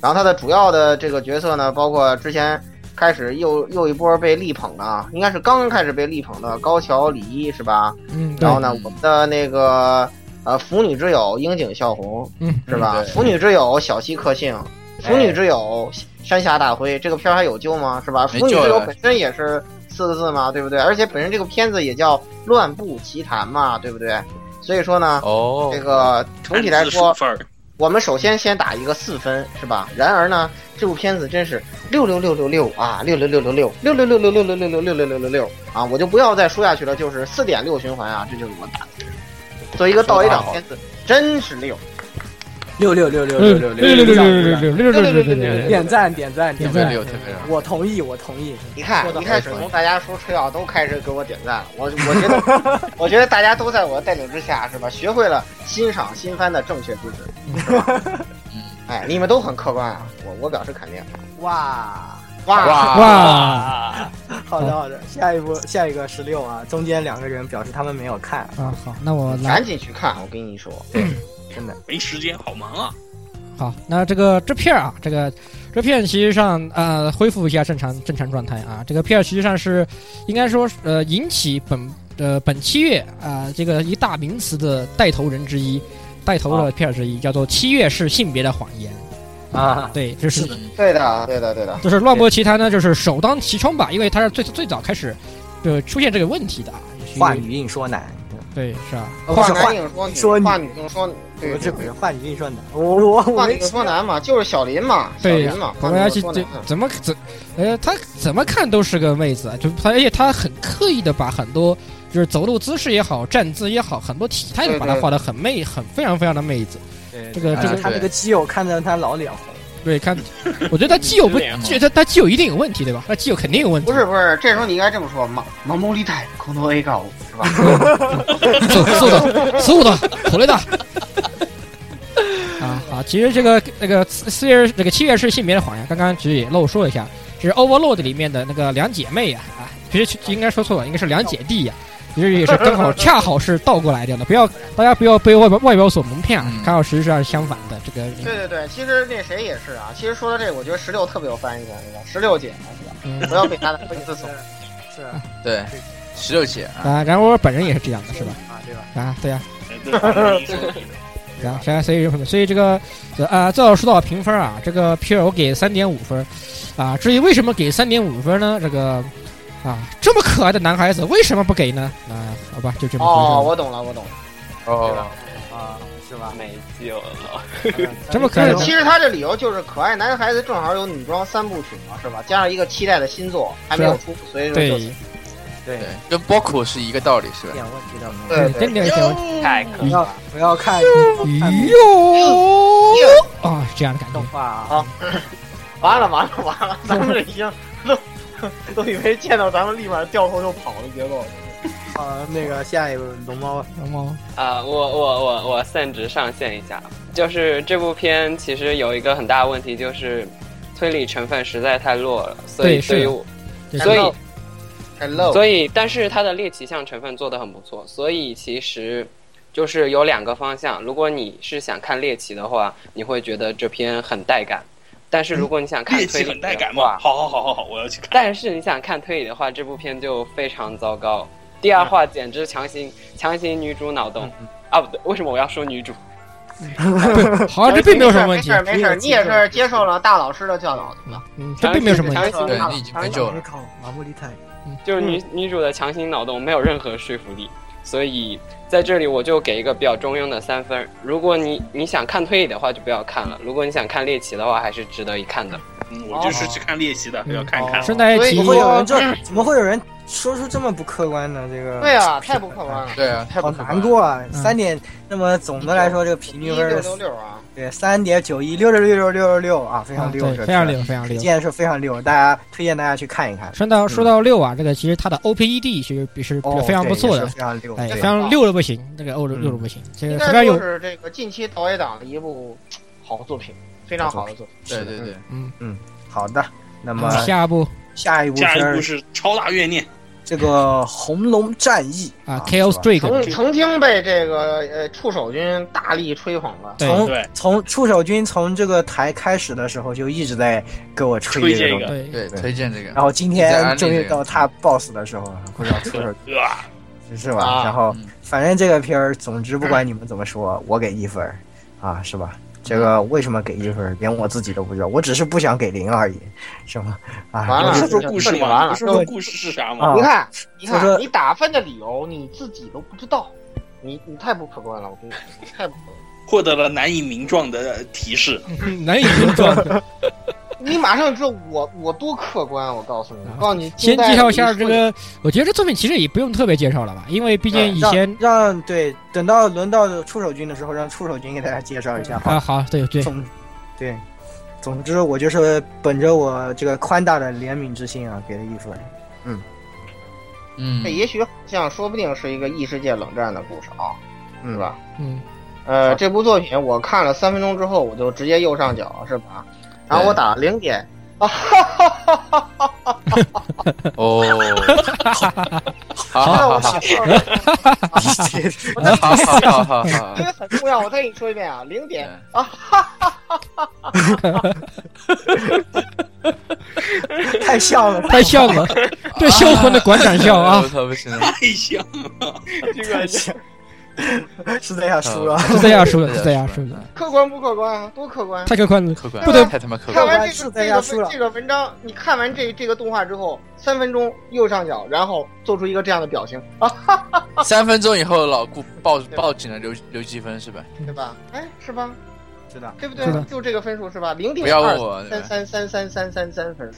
然后它的主要的这个角色呢，包括之前开始又又一波被力捧的啊，应该是刚刚开始被力捧的高桥李依，是吧？嗯，对然后，呢，我们的那个呃腐女之友樱井孝宏，嗯，是吧？嗯对哎腐女之友小西克幸，腐女之友山下大辉，这个片儿还有救吗？是吧？没腐女之救了友本身也是四个字嘛，对不对？而且本身这个片子也叫《乱步奇谈》嘛，对不对？所以说呢，哦这，个总体来汉字说数，分儿我们首先先打一个四分，是吧？然而呢，这部片子真是六六六六六啊，六六六六六六六六六六六六六六六六六六啊！我就不要再说下去了，就是四点六循环啊，这就是我打的。作为一个倒 A 档片子，真是六六六六六六六六六六六六六六六六六六六六，点赞点赞特点赞点别赞，溜，特别溜。我同意我同意，你说看，得一好开始说得从大家说吹啊，都开始给我点赞了。我我 觉得，我觉得大家都在我的带领之下，是吧？学会了欣赏新番的正确姿势。是吧 嗯哎，你们都很客观啊，我我表示肯定。哇。哇，哇啊好的好的，下一步下一个十六啊，中间两个人表示他们没有看，啊，好，那我来赶。紧去看，我跟你说。真的没时间，好忙啊！好，那这个这片儿啊，这个这片其实上呃恢复一下正常正常状态啊，这个片儿实际上是应该说是呃引起本呃本七月啊、这个一大名词的带头人之一，带头的片儿之一叫做《七月是性别的谎言》啊，对，就是对的，对的，对的。就是《乱播奇谭》呢，就是首当其冲吧，因为它是最最早开始就出现这个问题的啊，是因为话语硬说难，对是啊，哦话不是男话硬说女，说女话女硬说女，对我对这对不是话语硬说难，我我我话没女硬说男嘛，就是小林嘛，小对林呀，嘛，我话们女要硬去说怎男。怎么怎，呃，她怎么看都是个妹子，啊就她而且她很刻意的把很多就是走路姿势也好，站姿也好，很多体态都把她对对画的很媚，很非常非常的妹子。这个而这且个他那个基友看着他老脸红，对，看，我觉得她基 友不脸，这她她基友一定有问题对吧？她基友肯定有问题。啊不是不是，这时候你应该这么说，毛毛毛利带空投 A 高是吧？速速度，速度，口雷的。啊，好，其实这个那个四四月这个七月是性别的谎言，刚刚其实也漏说了一下，是 Overload 里面的那个两姐妹呀、啊，其实应该说错了，应该是两姐弟呀、其实也是刚好恰好是倒过来的了，不要大家不要被外表外表所蒙骗啊嗯，刚好实际上是相反的。这个，对对对，其实那谁也是啊。其实说到这个，我觉得十六特别有翻译权，啊是吧？十六姐是吧？嗯不要被他的文字所是对，十六姐啊，啊，然后我本人也是这样的，是吧？啊，对吧？啊，对呀、哎对然后所以所以这个啊，最后说到评分啊，这个片儿我给三点五分，啊，至于为什么给三点五分呢？这个啊，这么可爱的男孩子为什么不给呢？啊，好吧， 就这么回事。哦，我懂了，我懂了。哦，啊，是吧？没救了， 这么可爱的其实他这理由就是可爱男孩子正好有女装三部曲嘛，是吧？加上一个期待的新作还没有出，所以说就对，对对，跟波库是一个道理，是一吧？点问题都没有。对真的有点太可不要不要看哟啊，这样的感觉动。画啊，好，完了完了完了，咱们这已经都都以为见到咱们立马掉头就跑的结果了。好，啊那个下一个龙猫那么，啊、我我我我散值上线一下，就是这部片其实有一个很大的问题，就是推理成分实在太弱了，所对以是对于我，对所以 Hello，所以，但是它的猎奇向成分做得很不错，所以其实就是有两个方向。如果你是想看猎奇的话，你会觉得这篇很带感；但是如果你想看猎推奇理很带的感嘛！话，好好好好好，我要去看。但是你想看推理的话，这部片就非常糟糕。第二话简直强行强行女主脑洞啊！不对，为什么我要说女主？好，这并没有什么问题没事，没事儿，你也是接受了大老师的教导，嗯，这并没有什么问强题。行对好了你已经没救了。考马布里泰，就是女、女主的强行脑洞没有任何说服力，所以在这里我就给一个比较中庸的三分。如果你你想看推理的话，就不要看了；如果你想看猎奇的话，还是值得一看的。嗯，我就是去看猎奇的，要看看。顺带一所以提哎怎么，会有人这？怎么会有人说出这么不客观的这个，对啊，太不客观了。对啊，太不好可难能。过啊！嗯三点，那么总的来说，这个平一均六分六是六啊，对三点九一六六六六六六啊，非啊常对溜，这个非常溜，非常推溜。荐是非常溜，大家推荐大家去看一看。说到说到六啊，这个其实它的 OPED 其实是哦，非常不错对也的是，非常溜，哎，对非常溜的不行，这个欧洲嗯溜的不行，这应个非该常有说是这个近期导演党的一部好作品，非常好的作品。对对对，好的。那么嗯下一步下一嗯部下一步是是超大怨念，这个《红龙战役》啊是，Chaos 吧 Dragon，曾曾经被这个呃触手军大力吹捧的，对从对从触手君从这个台开始的时候就一直在给我吹吹这个这东个西，对，对对推荐这个然。后今在安天利终于这个到他 boss 的时候了，不知道 触手啊，是吧？啊然后嗯反正这个片儿，总之不管你们怎么说，我给一分儿，啊，是吧？这个为什么给一分儿，连我自己都不知道，我只是不想给零而已，是吗？啊，完不了，是说这故事这里吗？完不了是。说故事是啥吗？啊你看，你所以说看，你打分的理由你自己都不知道，你你太不客观了，我跟你说，你太不客观了。获得了难以名状的提示， 难以名状。你马上知道我我多客观，我告诉你，啊我告诉你，先近代介绍一下这历史个，我觉得这作品其实也不用特别介绍了吧，因为毕竟以让前让对，等到轮到触手君的时候，让触手君给大家介绍一下 好啊，好，对对，总对，总之我就是本着我这个宽大的怜悯之心啊，给了一分儿。嗯这，也许好像说不定是一个异世界冷战的故事啊，是吧？嗯，呃，这部作品我看了三分钟之后，我就直接右上角是吧？然后我打了 零点，哦，好那我好好好打好多少？好好好这，个很重要，我再给你说一遍啊，零点 太像了，太笑了，对销魂的馆长笑 啊我，哎操，不行了，太像这个 是这样说啊。是这样说的，是这样说的，客观不客观啊？多客观！太客观了，客观，不得太他妈客看完观，客观这个是这大家个输了文这个文章，你看完这这个动画之后，三分钟右上角，然后做出一个这样的表情，三分钟以后老顾报报警了，刘刘积分是吧？对吧？哎，是吧？是的，对不对是的？就这个分数是吧？零点不要问二我，对三吧三三三三三三分。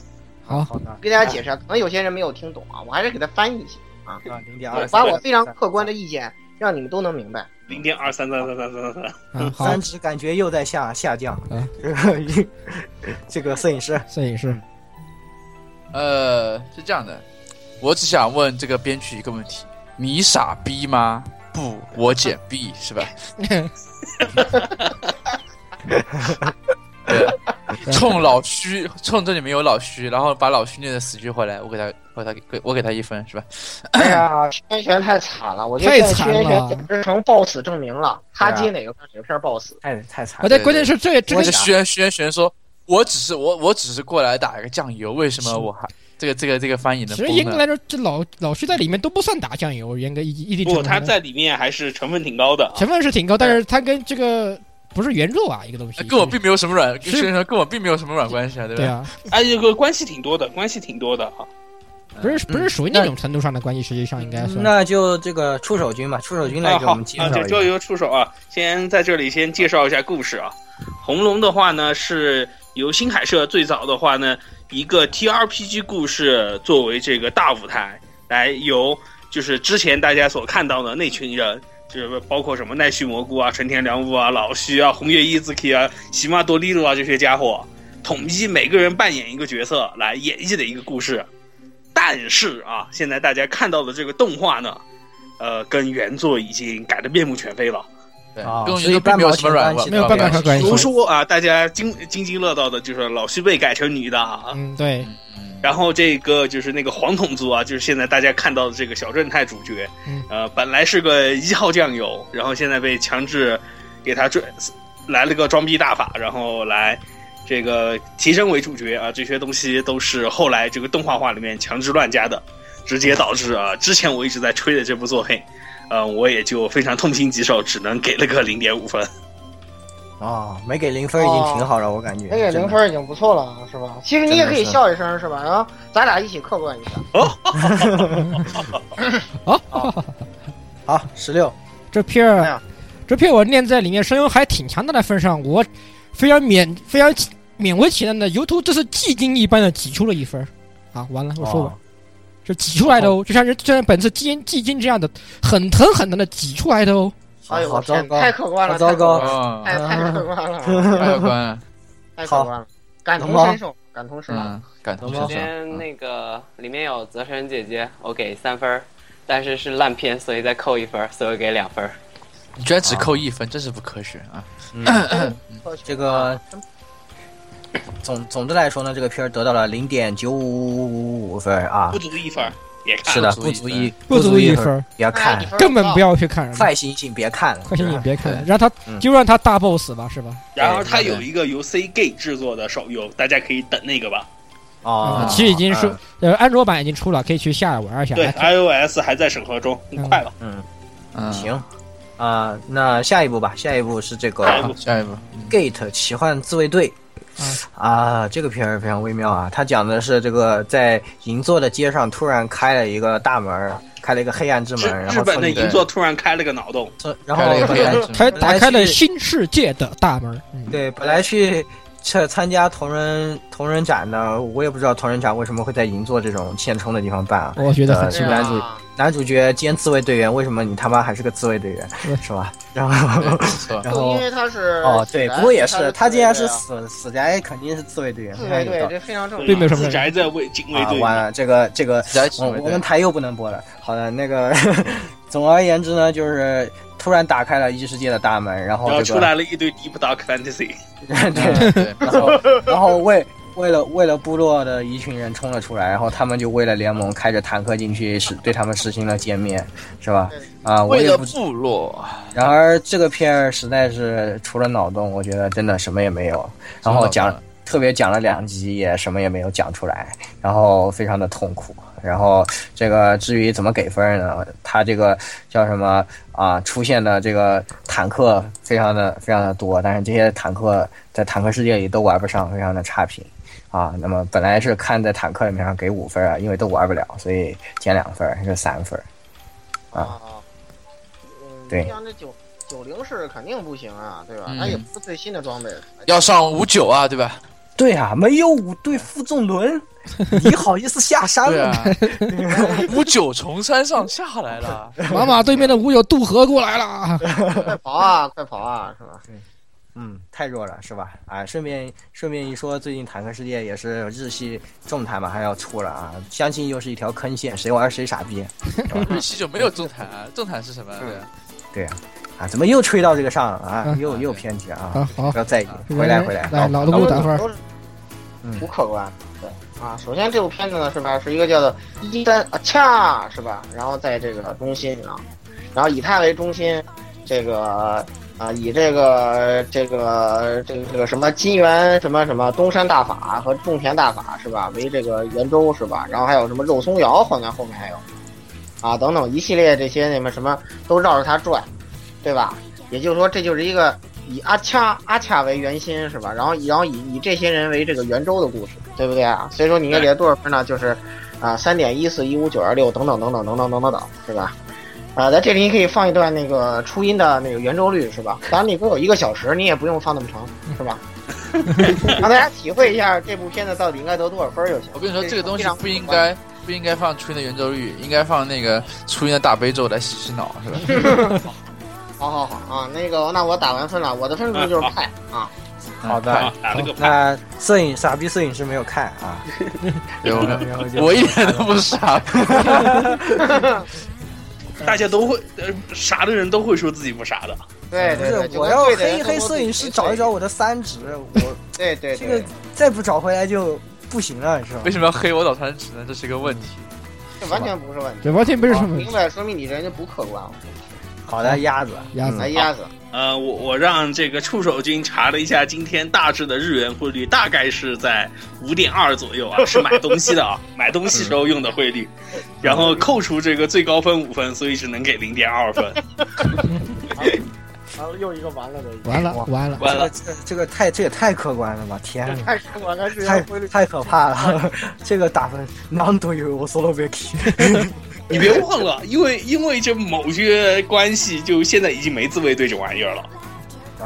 好，好的给大家解哎释啊，可能有些人没有听懂啊，我还是给他翻译一下，啊，零点二，把我非常客观的意见让你们都能明白。零点二三三三三三三，啊，好三，指感觉又在下下降啊。这个摄影师，摄影师，呃，是这样的，我只想问这个编曲一个问题：你傻逼吗？不，我捡 B 是吧？对，冲老虚，冲这里面有老虚，然后把老虚虐的死去活来，我给他，我给他，我给他一分是吧？哎呀，轩辕太惨了，我觉得太现在惨轩了辕简直成 BOSS 证明了，他哎对啊接哪个片儿哪个片儿 BOSS。太太惨我了。对，关键是这这我个是轩轩轩说，我只是我我只是过来打一个酱油，为什么我还这个这个这个翻译其能实严崩格呢？来说，这老老徐在里面都不算打酱油，严格一一定程不，度他上在里面还是成分挺高的，成分是挺高，但是他跟这个不是原著啊一个东西，哎跟我并没有什么软，是轩轩说跟我并没有什么软关系啊，对吧？对啊，哎，这个关系挺多的，关系挺多的啊。不是不是属于那种程度上的关系，实际上应该算。嗯那就这个出手君吧，出手君来啊，给我好们介啊，绍这一就下。由出手啊，先在这里先介绍一下故事啊。红龙的话呢，是由新海社最早的话呢，一个 TRPG 故事作为这个大舞台，来由就是之前大家所看到的那群人。就是包括什么奈绪蘑菇啊、纯田良悟啊、老须啊、红月伊兹基啊、喜马多利鲁啊这些家伙，统一每个人扮演一个角色来演绎的一个故事。但是啊，现在大家看到的这个动画呢，呃，跟原作已经改得面目全非了。对啊，跟我所觉以得并没半有毛什么钱软关系没有半毛关钱系。关比系如说啊，大家津津津乐道的就是老徐被改成女的啊，嗯，对，嗯然后这个就是那个黄桶族啊，就是现在大家看到的这个小正太主角嗯，呃，本来是个一号酱油，然后现在被强制给他转来了个装逼大法，然后来这个提升为主角啊，这些东西都是后来这个动画化里面强制乱加的，直接导致啊，之前我一直在吹的这部作品，呃，我也就非常痛心疾首，只能给了个零点 五分。啊，没给零分已经挺好了，我感觉。那给零真的，分已经不错了啊，是吧？其实你也可真以的是笑一声，是吧？然后咱俩一起客观一下。好，十六。这片哎儿呀，这片儿我念在里面声优还挺强大的份上，我非常勉非常勉为其难的，由头这是技惊一般的挤出了一分儿。啊，完了，我说完，哦是挤出来的哦，就像人就像本次金季金这样的，很疼很疼的挤出来的哦。哎呦，好我糟天，糕，太可观了，好糟糕嗯哦，太可观了太太可观了，啊还有嗯关，太可观了，感同身受，感同身受。嗯，感同首身先受。那个里面有泽神姐姐，我给三分儿，但是是烂片，所以再扣一分儿，所以我给两分儿。你居然嗯只扣一分，真是不科学啊！这啊个总总的来说呢，这个片儿得到了零点九五五五五分啊不，足一分儿，也看是的，不不足足一一不足一一分儿，不要哎看你，分根本不要。要去看，快行性别看了，快心也别看对，让他嗯就让他大 boss 吧，是吧？然而它对有一个由 C G 制作的手游，大家可以等那个吧。哦嗯，其实已经是嗯呃，安卓版已经出了，可以去下玩一下。对啊来，iOS 还在审核中，嗯快了。嗯，行啊、那下一步吧，下一步是这下一个步好，下一步， Gate 奇幻自卫队。嗯啊，这个片儿非常微妙啊！它讲的是这个在银座的街上突然开了一个大门儿，开了一个黑暗之日门，然日后本的村银座突然开了个脑洞，村，然后开了一个本黑暗来之开门，打开了新世界的大门。嗯，对本来去参参加同人同人展呢，我也不知道同人展为什么会在银座这种现充的地方办啊。我觉得很呃奇对怪。男主啊，男主角兼自卫队员，为什么你他妈还是个自卫队员，是吧？然后对，不错，然就后因为他是哦，对，不过也自是，卫他既然是队啊死死宅，肯定是自卫队员，自非常卫有队，道理这非常正并常。没有什么自人宅在卫警卫啊！队完了，这个这个，自然起我为我们对台又不能播了。好的，那个， 总而言之呢，就是突然打开了异世界的大门，然后然后这出个，来了一堆 Deep Dark Fantasy， 对，嗯对，然后然后为为了为了部落的一群人冲了出来，然后他们就为了联盟开着坦克进去，是对他们实行了歼灭，是吧对？啊，我为也了不知。部落，然而这个片儿实在是除了脑洞，我觉得真的什么也没有。然后讲特别讲了两集，也什么也没有讲出来，然后非常的痛苦。然后这个至于怎么给分呢？他这个叫什么啊？出现的这个坦克非常的非常的多，但是这些坦克在坦克世界里都玩不上，非常的差评啊。那么本来是看在坦克里面上给五分啊，因为都玩不了，所以减两分是三分。啊啊，嗯，对像这九九零式肯定不行啊，对吧？嗯它也不是最新的装备，要上五九啊，对吧？对啊，没有五对负重轮，你好意思下山对吗？啊， 五九从山上下来了，妈妈对面的五友渡河过来了，快跑啊，快跑啊，是吧？嗯，太弱了，是吧？啊，顺便顺便一说，最近坦克世界也是日系重坦马上要出了啊，相信又是一条坑线，谁玩谁傻逼日系就没有正坦啊，正坦是什么？对啊，啊！怎么又吹到这个上了啊？嗯又又偏题了啊！好好不，要在意，嗯回来回来，来老的陆打分儿都是嗯不客观。对啊，首先这部片子呢是吧，是一个叫做一三啊恰是吧？然后在这个中心啊，然后以它为中心，这个啊以这个这个这个这个什么金元什么什么东山大法和种田大法是吧为这个圆周是吧？然后还有什么肉松窑，好像后面还有啊等等一系列这些那么什么都绕着它转，对吧？也就是说，这就是一个以阿恰阿恰为圆心是吧？然后以然后以以这些人为这个圆周的故事，对不对啊？所以说你应该给他多少分呢？就是啊，三点一四一五九二六等等等等等等等等等，对吧？啊，在这里你可以放一段那个初音的那个圆周率是吧？当然你给我一个小时，你也不用放那么长，是吧？ 让大家体会一下这部片子到底应该得多少分儿就行。我跟你说，这个东西不应非常主观该不应该放初音的圆周率，应该放那个初音的大悲咒来洗洗脑，是吧？ 好好好啊，那个那我打完分了，我的分数就是派啊。好的哎啊，，打了个牌。那摄影傻逼摄影师没有看啊，对，我们然后就我一点都不傻，大家都会，呃，傻的人都会说自己不傻的。对哎不对对，是，就我跟要对的黑人黑都摄影师找一找我的三指，我对对这对，个再不找回来就不行了，是吧为？什么要黑我早餐池呢？这是个问题。这完全不是问题。啊这完全不是什么明白，说明你人家不客观。好的，鸭子，鸭子来。鸭子，呃，我我让这个触手君查了一下，今天大致的日元汇率大概是在五点二左右啊，是买东西的啊，买东西时候用的汇率，嗯然后扣除这个最高分五分，所以只能给零点 二分。然后啊又一个完了的，完了完了，完了，这个这个太这也太客观了吧！天哪！ 太客观了，是太要规律。太可怕了，这个打分难度有我 solo 别提。你别忘了，因为因为这某些关系，就现在已经没自卫队这玩意儿了。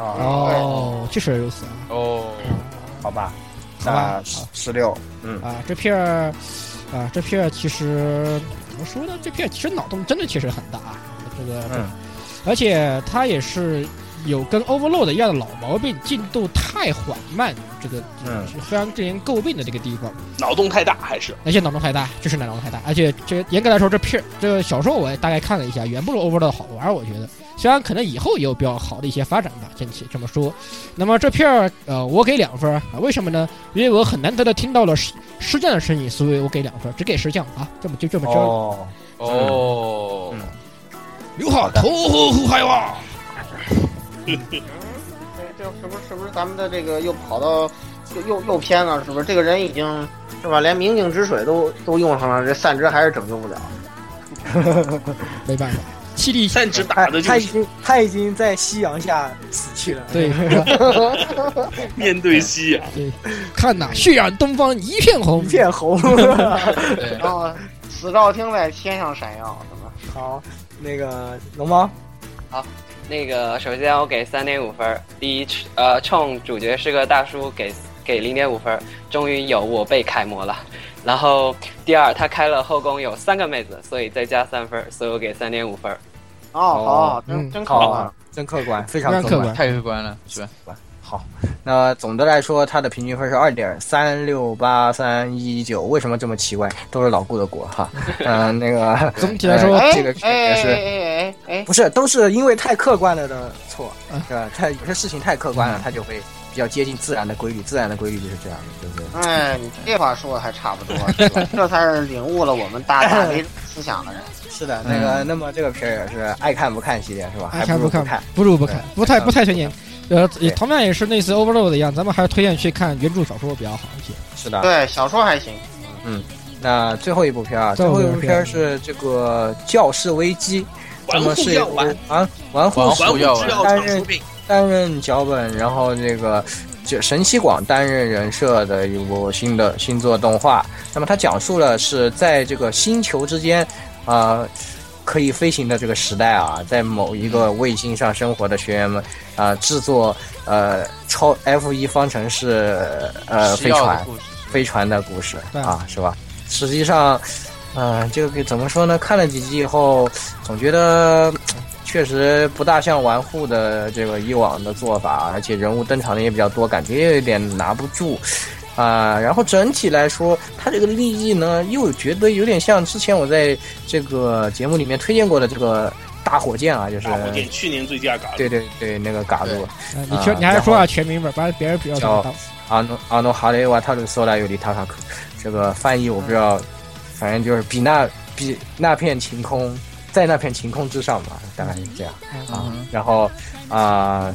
啊，哦，确实如此啊哦，好吧，好吧那十六，嗯啊！这片儿，啊，这片儿其实怎么说呢？这片儿其实脑洞真的其实很大，啊这个，嗯而且它也是有跟 Overload 一样的老毛病，进度太缓慢，这个嗯是非常令人诟病的这个地方。脑洞太大还是而且脑洞太大，就是脑洞太大，而且这严格来说，这片儿这个小说我也大概看了一下，远不如 Overlord 好玩。我觉得，虽然可能以后也有比较好的一些发展吧，这这么说。那么这片儿，呃，我给两分儿啊，为什么呢？因为我很难得的听到了石石匠的声音，所以我给两分儿，只给石匠啊，这么就这么着。哦，嗯哦，嗯刘浩头呼呼海哇！这这是不是是不是咱们的这个又跑到又又又偏了？是不是这个人已经是吧？连明镜止水都都用上了，这散值还是拯救不了。没办法，气力三指打他的就他已是经他已经在夕阳下死去了。对，面对夕阳，看呐，血染东方一片红一。片红。 对，嗯然后死照听在天上闪耀，怎么？好，那个龙猫，那个，首先我给三点五分儿。第一，呃，冲主角是个大叔给，给零点五分儿，终于有我被楷模了。然后第二，他开了后宫有三个妹子，所以再加三分儿，所以我给三点五分儿。哦，好好，嗯真真客好观啊。，真客观，非非常常客观观。太客观了，是吧？好，那总的来说，它的平均分是二点三六八三一九。为什么这么奇怪？都是老顾的锅 哈。嗯、那个 总体来说，哎这个哎也哎是哎哎哎不是都是因为太客观了的错嗯，对吧？它有些事情太客观了，它就会比较接近自然的规律。自然的规律就是这样的，对不对？哎哎，你这话说的还差不多，是吧这才是领悟了我们大大为思想的人。是的，那个，那么这个片儿也是爱看不看系列是吧？爱还看不如看嗯看。哎不如不看，不太不太推荐。呃，也对同样也是类似 Overload 一样，咱们还是推荐去看原著小说比较好一些。是的，对，小说还行，那最后一部片儿啊，最最后后一一部部片儿是这个《教室危机》，那玩么物是要由玩，啊玩玩户户玩物要制玩药厂出品，担任脚本，然后这个这神七广担任人设的一部新的新作动画。那么它讲述了是在这个星球之间，啊、可以飞行的这个时代啊，在某一个卫星上生活的学员们啊、制作呃超 F 一方程式呃吃飞药船的故事，飞船的故事对啊，是吧？实际上，呃，这个怎么说呢？看了几集以后，总觉得嗯确实不大像玩户的这个以往的做法，而且人物登场的也比较多，感觉有点拿不住。啊、然后整体来说，它这个立意呢，又觉得有点像之前我在这个节目里面推荐过的这个大火箭啊，就是大火箭去年最佳嘎对对对，那个嘎对鲁呃你全你还是说下全名吧，不然别人比较找不到。啊阿诺阿诺哈雷瓦塔鲁索拉尤里塔塔克，这个翻译我不知道，反正就是比那比那片晴空，在那片晴空之上吧，大概是这样啊。嗯 然后啊、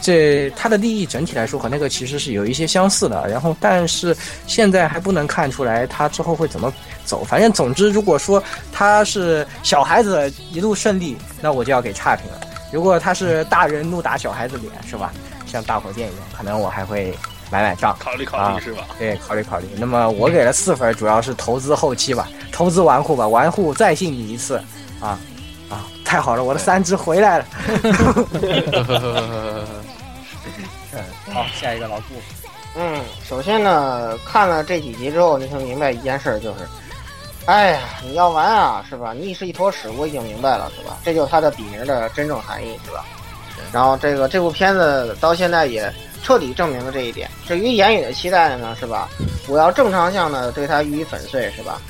这它的利益整体来说和那个其实是有一些相似的，然后但是现在还不能看出来它之后会怎么走。反正总之，如果说他是小孩子一路顺利，那我就要给差评了。如果他是大人怒打小孩子脸，是吧？像大火箭一样，可能我还会买买账。考虑啊考虑是吧？对，考虑考虑。那么我给了四分，主要是投资后期吧，投资玩户吧，玩户再信你一次，啊啊，太好了，我的三只回来了。呵呵呵呵呵呵好，下一个老顾，嗯，首先呢，看了这几集之后，你就明白一件事儿，就是，哎呀，你要玩啊，是吧？你是一坨屎，我已经明白了，是吧？这就是它的笔名的真正含义，是吧？然后这个这部片子到现在也彻底证明了这一点。至于言语的期待呢，是吧？我要正常向的对它予以粉碎，是吧？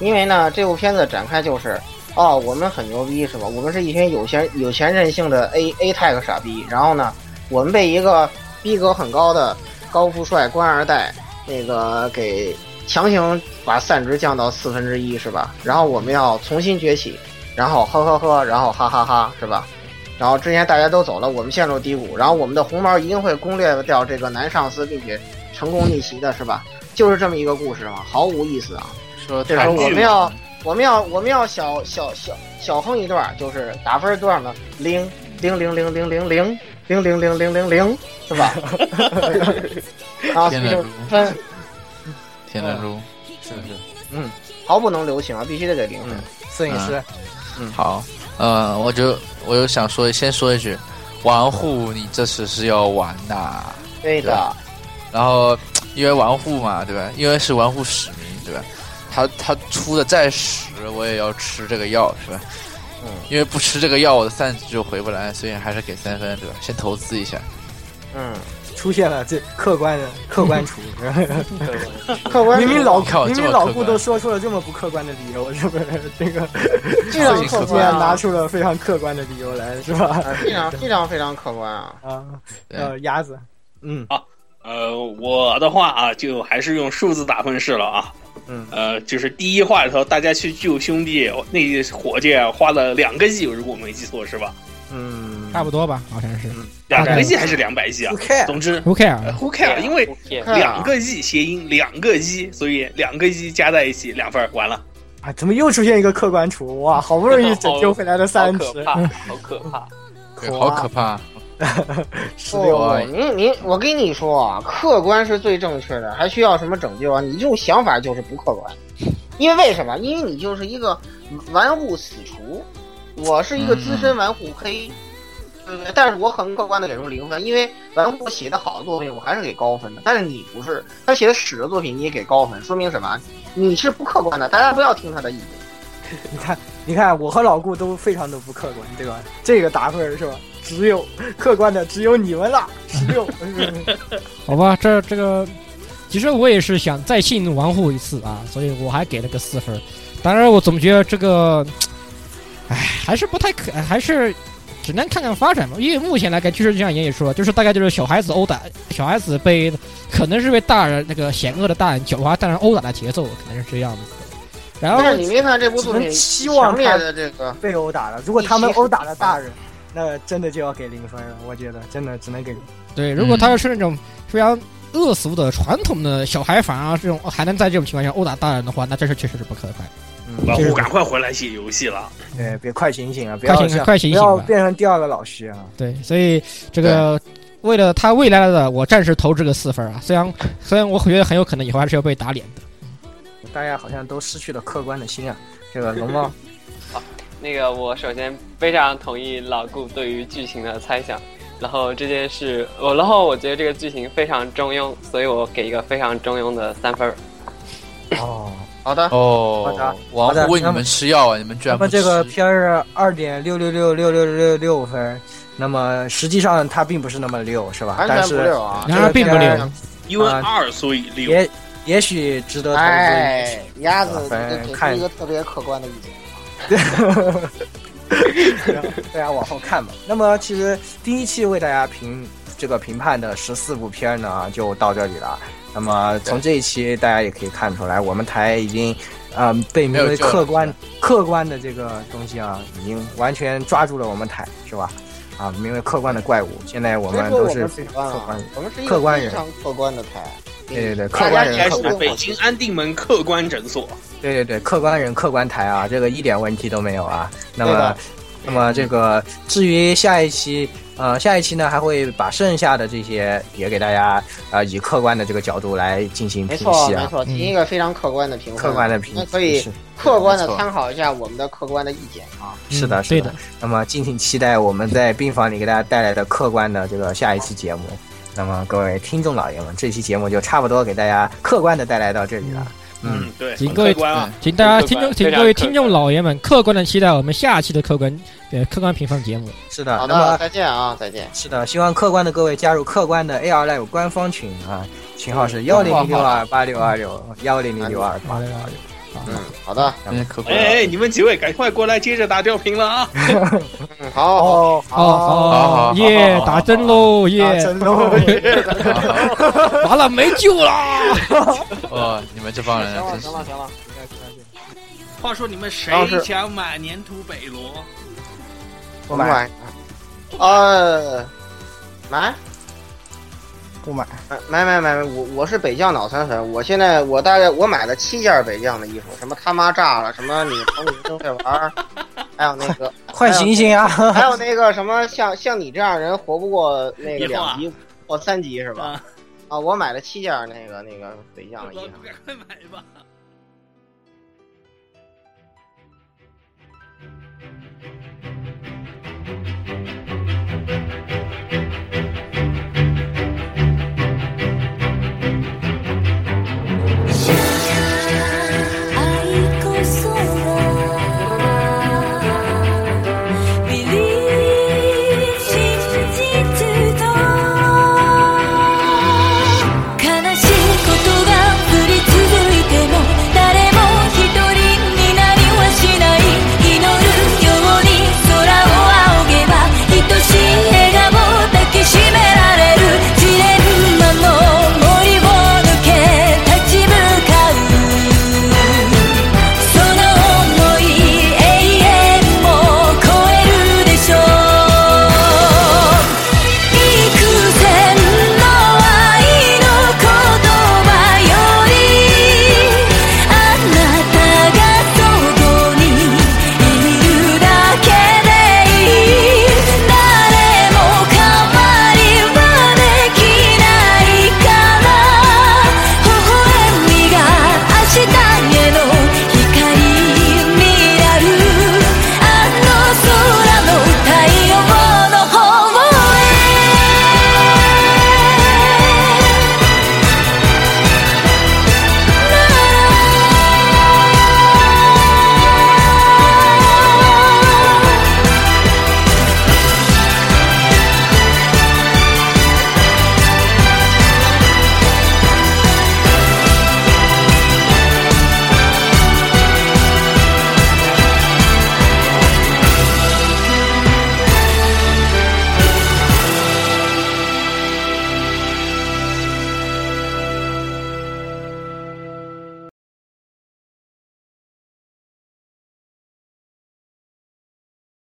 因为呢，这部片子展开就是，哦，我们很牛逼，是吧？我们是一群有钱有钱任性的 A A tech 傻逼，然后呢，我们被一个逼格很高的高富帅官二代那个给强行把散值降到四分之一是吧？然后我们要重新崛起，然后呵呵呵，然后哈哈哈是吧？然后之前大家都走了，我们陷入低谷，然后我们的红毛一定会攻略掉这个男上司，并且成功逆袭的是吧？就是这么一个故事嘛，毫无意思啊！说这太时候我近们了要我们要我们要小小小小哼一段，就是打分多少呢？零零零零零零零零零零零零零，是吧？啊，天必哪须分天南猪，是不是？毫不能留情啊，必须得给零分。摄影师，好，呃，我就我就想说，先说一句，玩户你这次是要玩呐，对的，啊然后因为玩户嘛，对吧？因为是玩户使命，对吧？他他出的再屎，我也要吃这个药，是吧？嗯，因为不吃这个药，我的散值就回不来，所以还是给三分，对吧？先投资一下。嗯，出现了这客观的客观厨，客观明明老靠明这明么老客顾观都说出了这么不客观的理由，是不是？ 这个非常最近客竟客观然啊，拿出了非常客观的理由来，是吧？啊非常非常非常客观啊。啊，对呃，鸭子，嗯呃，我的话啊，就还是用数字打分式了啊。嗯呃，就是第一话里头，大家去救兄弟那伙计啊花了两个亿，如果我没记错是吧？嗯，差不多吧，好像是。啊两个亿还是两百亿啊 Who？care？总之 Who care？呃，Who care？因为天，看两啊，个亿谐音两个一，所以两个一加在一起两分儿完了。啊，怎么又出现一个客观厨？哇，好不容易拯救回来的 好三可只，怕，好可怕！对，好可怕！十六不啊，，你你哦我跟你说啊，客观是最正确的，还需要什么拯救啊？你这种想法就是不客观，因为为什么？因为你就是一个玩物死厨，我是一个资嗯深玩物黑，对不对？但是我很客观的给出零分，因为玩物写的好的作品我还是给高分的，但是你不是，他写的屎的作品你也给高分，说明什么？你是不客观的，大家不要听他的意见。你看，你看，我和老顾都非常的不客观，对吧？这个打分儿是吧？只有客观的，只有你们了，十六。好吧，这这个，其实我也是想再信玩户一次啊，所以我还给了个四分儿。当然，我总觉得这个，唉，还是不太可，还是只能看看发展吧。因为目前来看，就是就像爷爷说的，就是大概就是小孩子殴打，小孩子被可能是被大人那个险恶的大人、狡猾大人殴打的节奏，可能是这样子的。然后但是你没看这部作只品能期望强烈他的这个，被殴打了，如果他们殴打了大人，那真的就要给零分了。我觉得真的只能给对，如果他是那种非常恶俗的传统的小孩，反而这种还能在这种情况下殴打大人的话，那这是确实是不可观。老是胡赶快回来写游戏了，对，别快醒醒啊！不快要醒这样快醒不醒要吧变成第二个老徐啊！对，所以这个为了他未来的，我暂时投这个四分啊。虽然虽然我觉得很有可能以后还是要被打脸的。大家好像都失去了客观的心啊！这个龙猫，那个，我首先非常同意老顾对于剧情的猜想，然后这件事，我然后我觉得这个剧情非常中庸，所以我给一个非常中庸的三分儿。哦，好的，好哦的，王好的虎为你那么们吃药啊，你们居那然么不吃这个片儿二点六六六六六六六分，那么实际上它并不是那么六，是吧？完但全是不溜啊。然而并不这溜个，因为啊二所以六。也也许值得投资一笔哎，鸭子啊反正给出看一个特别客观的意见。大家往后看吧。那么其实第一期为大家评这个评判的十四部片儿呢，就到这里了。那么从这一期大家也可以看出来，我们台已经，嗯、被名没为有救了客观客观的这个东西啊，已经完全抓住了我们台，是吧？啊，名为客观的怪物，现在我所们以说都我是们主观客啊观的，我们是一客个观非人常客观的台。嗯对对对，客大观家人还客是观，北京安定门客观诊所，对对对，客观人客观台啊，这个一点问题都没有啊。那对么的，那么这个至于下一期，呃，下一期呢还会把剩下的这些也给大家，呃，以客观的这个角度来进行没评错，析没啊，错，提一个非常客观的评分，客观的评那析可以是客观的没错参考一下我们的客观的意见啊。是的，嗯是对的的。那么敬请期待我们在病房里给大家带来的客观的这个下一期节目。那么各位听众老爷们，这期节目就差不多给大家客观的带来到这里了。嗯，对，请很各位客观啊，请大家客听观众，请非常各位客听观众老爷们客观的期待我们下期的客观呃客观评分节目。是的。好那么的，再见啊，再见。是的，希望客观的各位加入客观的 AR Live 官方群啊，群号是幺零零六二八六二六幺零零六二八好六嘞二六。嗯，好的，嗯可哎哎，你们几位赶快过来接着打吊瓶了啊！嗯，好，哦，好好哦好耶好，好打针喽耶！打针喽！怕。完了没救了。哦，你们这帮人真是行。了，行了。话说你们谁当时想买粘土北罗？不不买买，呃，买不买，买买买，我我是北酱脑残粉，我现在我大概我买了七件北酱的衣服，什么他妈炸了，什么你从你正在玩儿，还有那个快醒醒啊！还有那个什么，像像你这样人活不过那个两级或三级是吧？啊，我买了七件那个那个北将的衣服， 赶快买吧！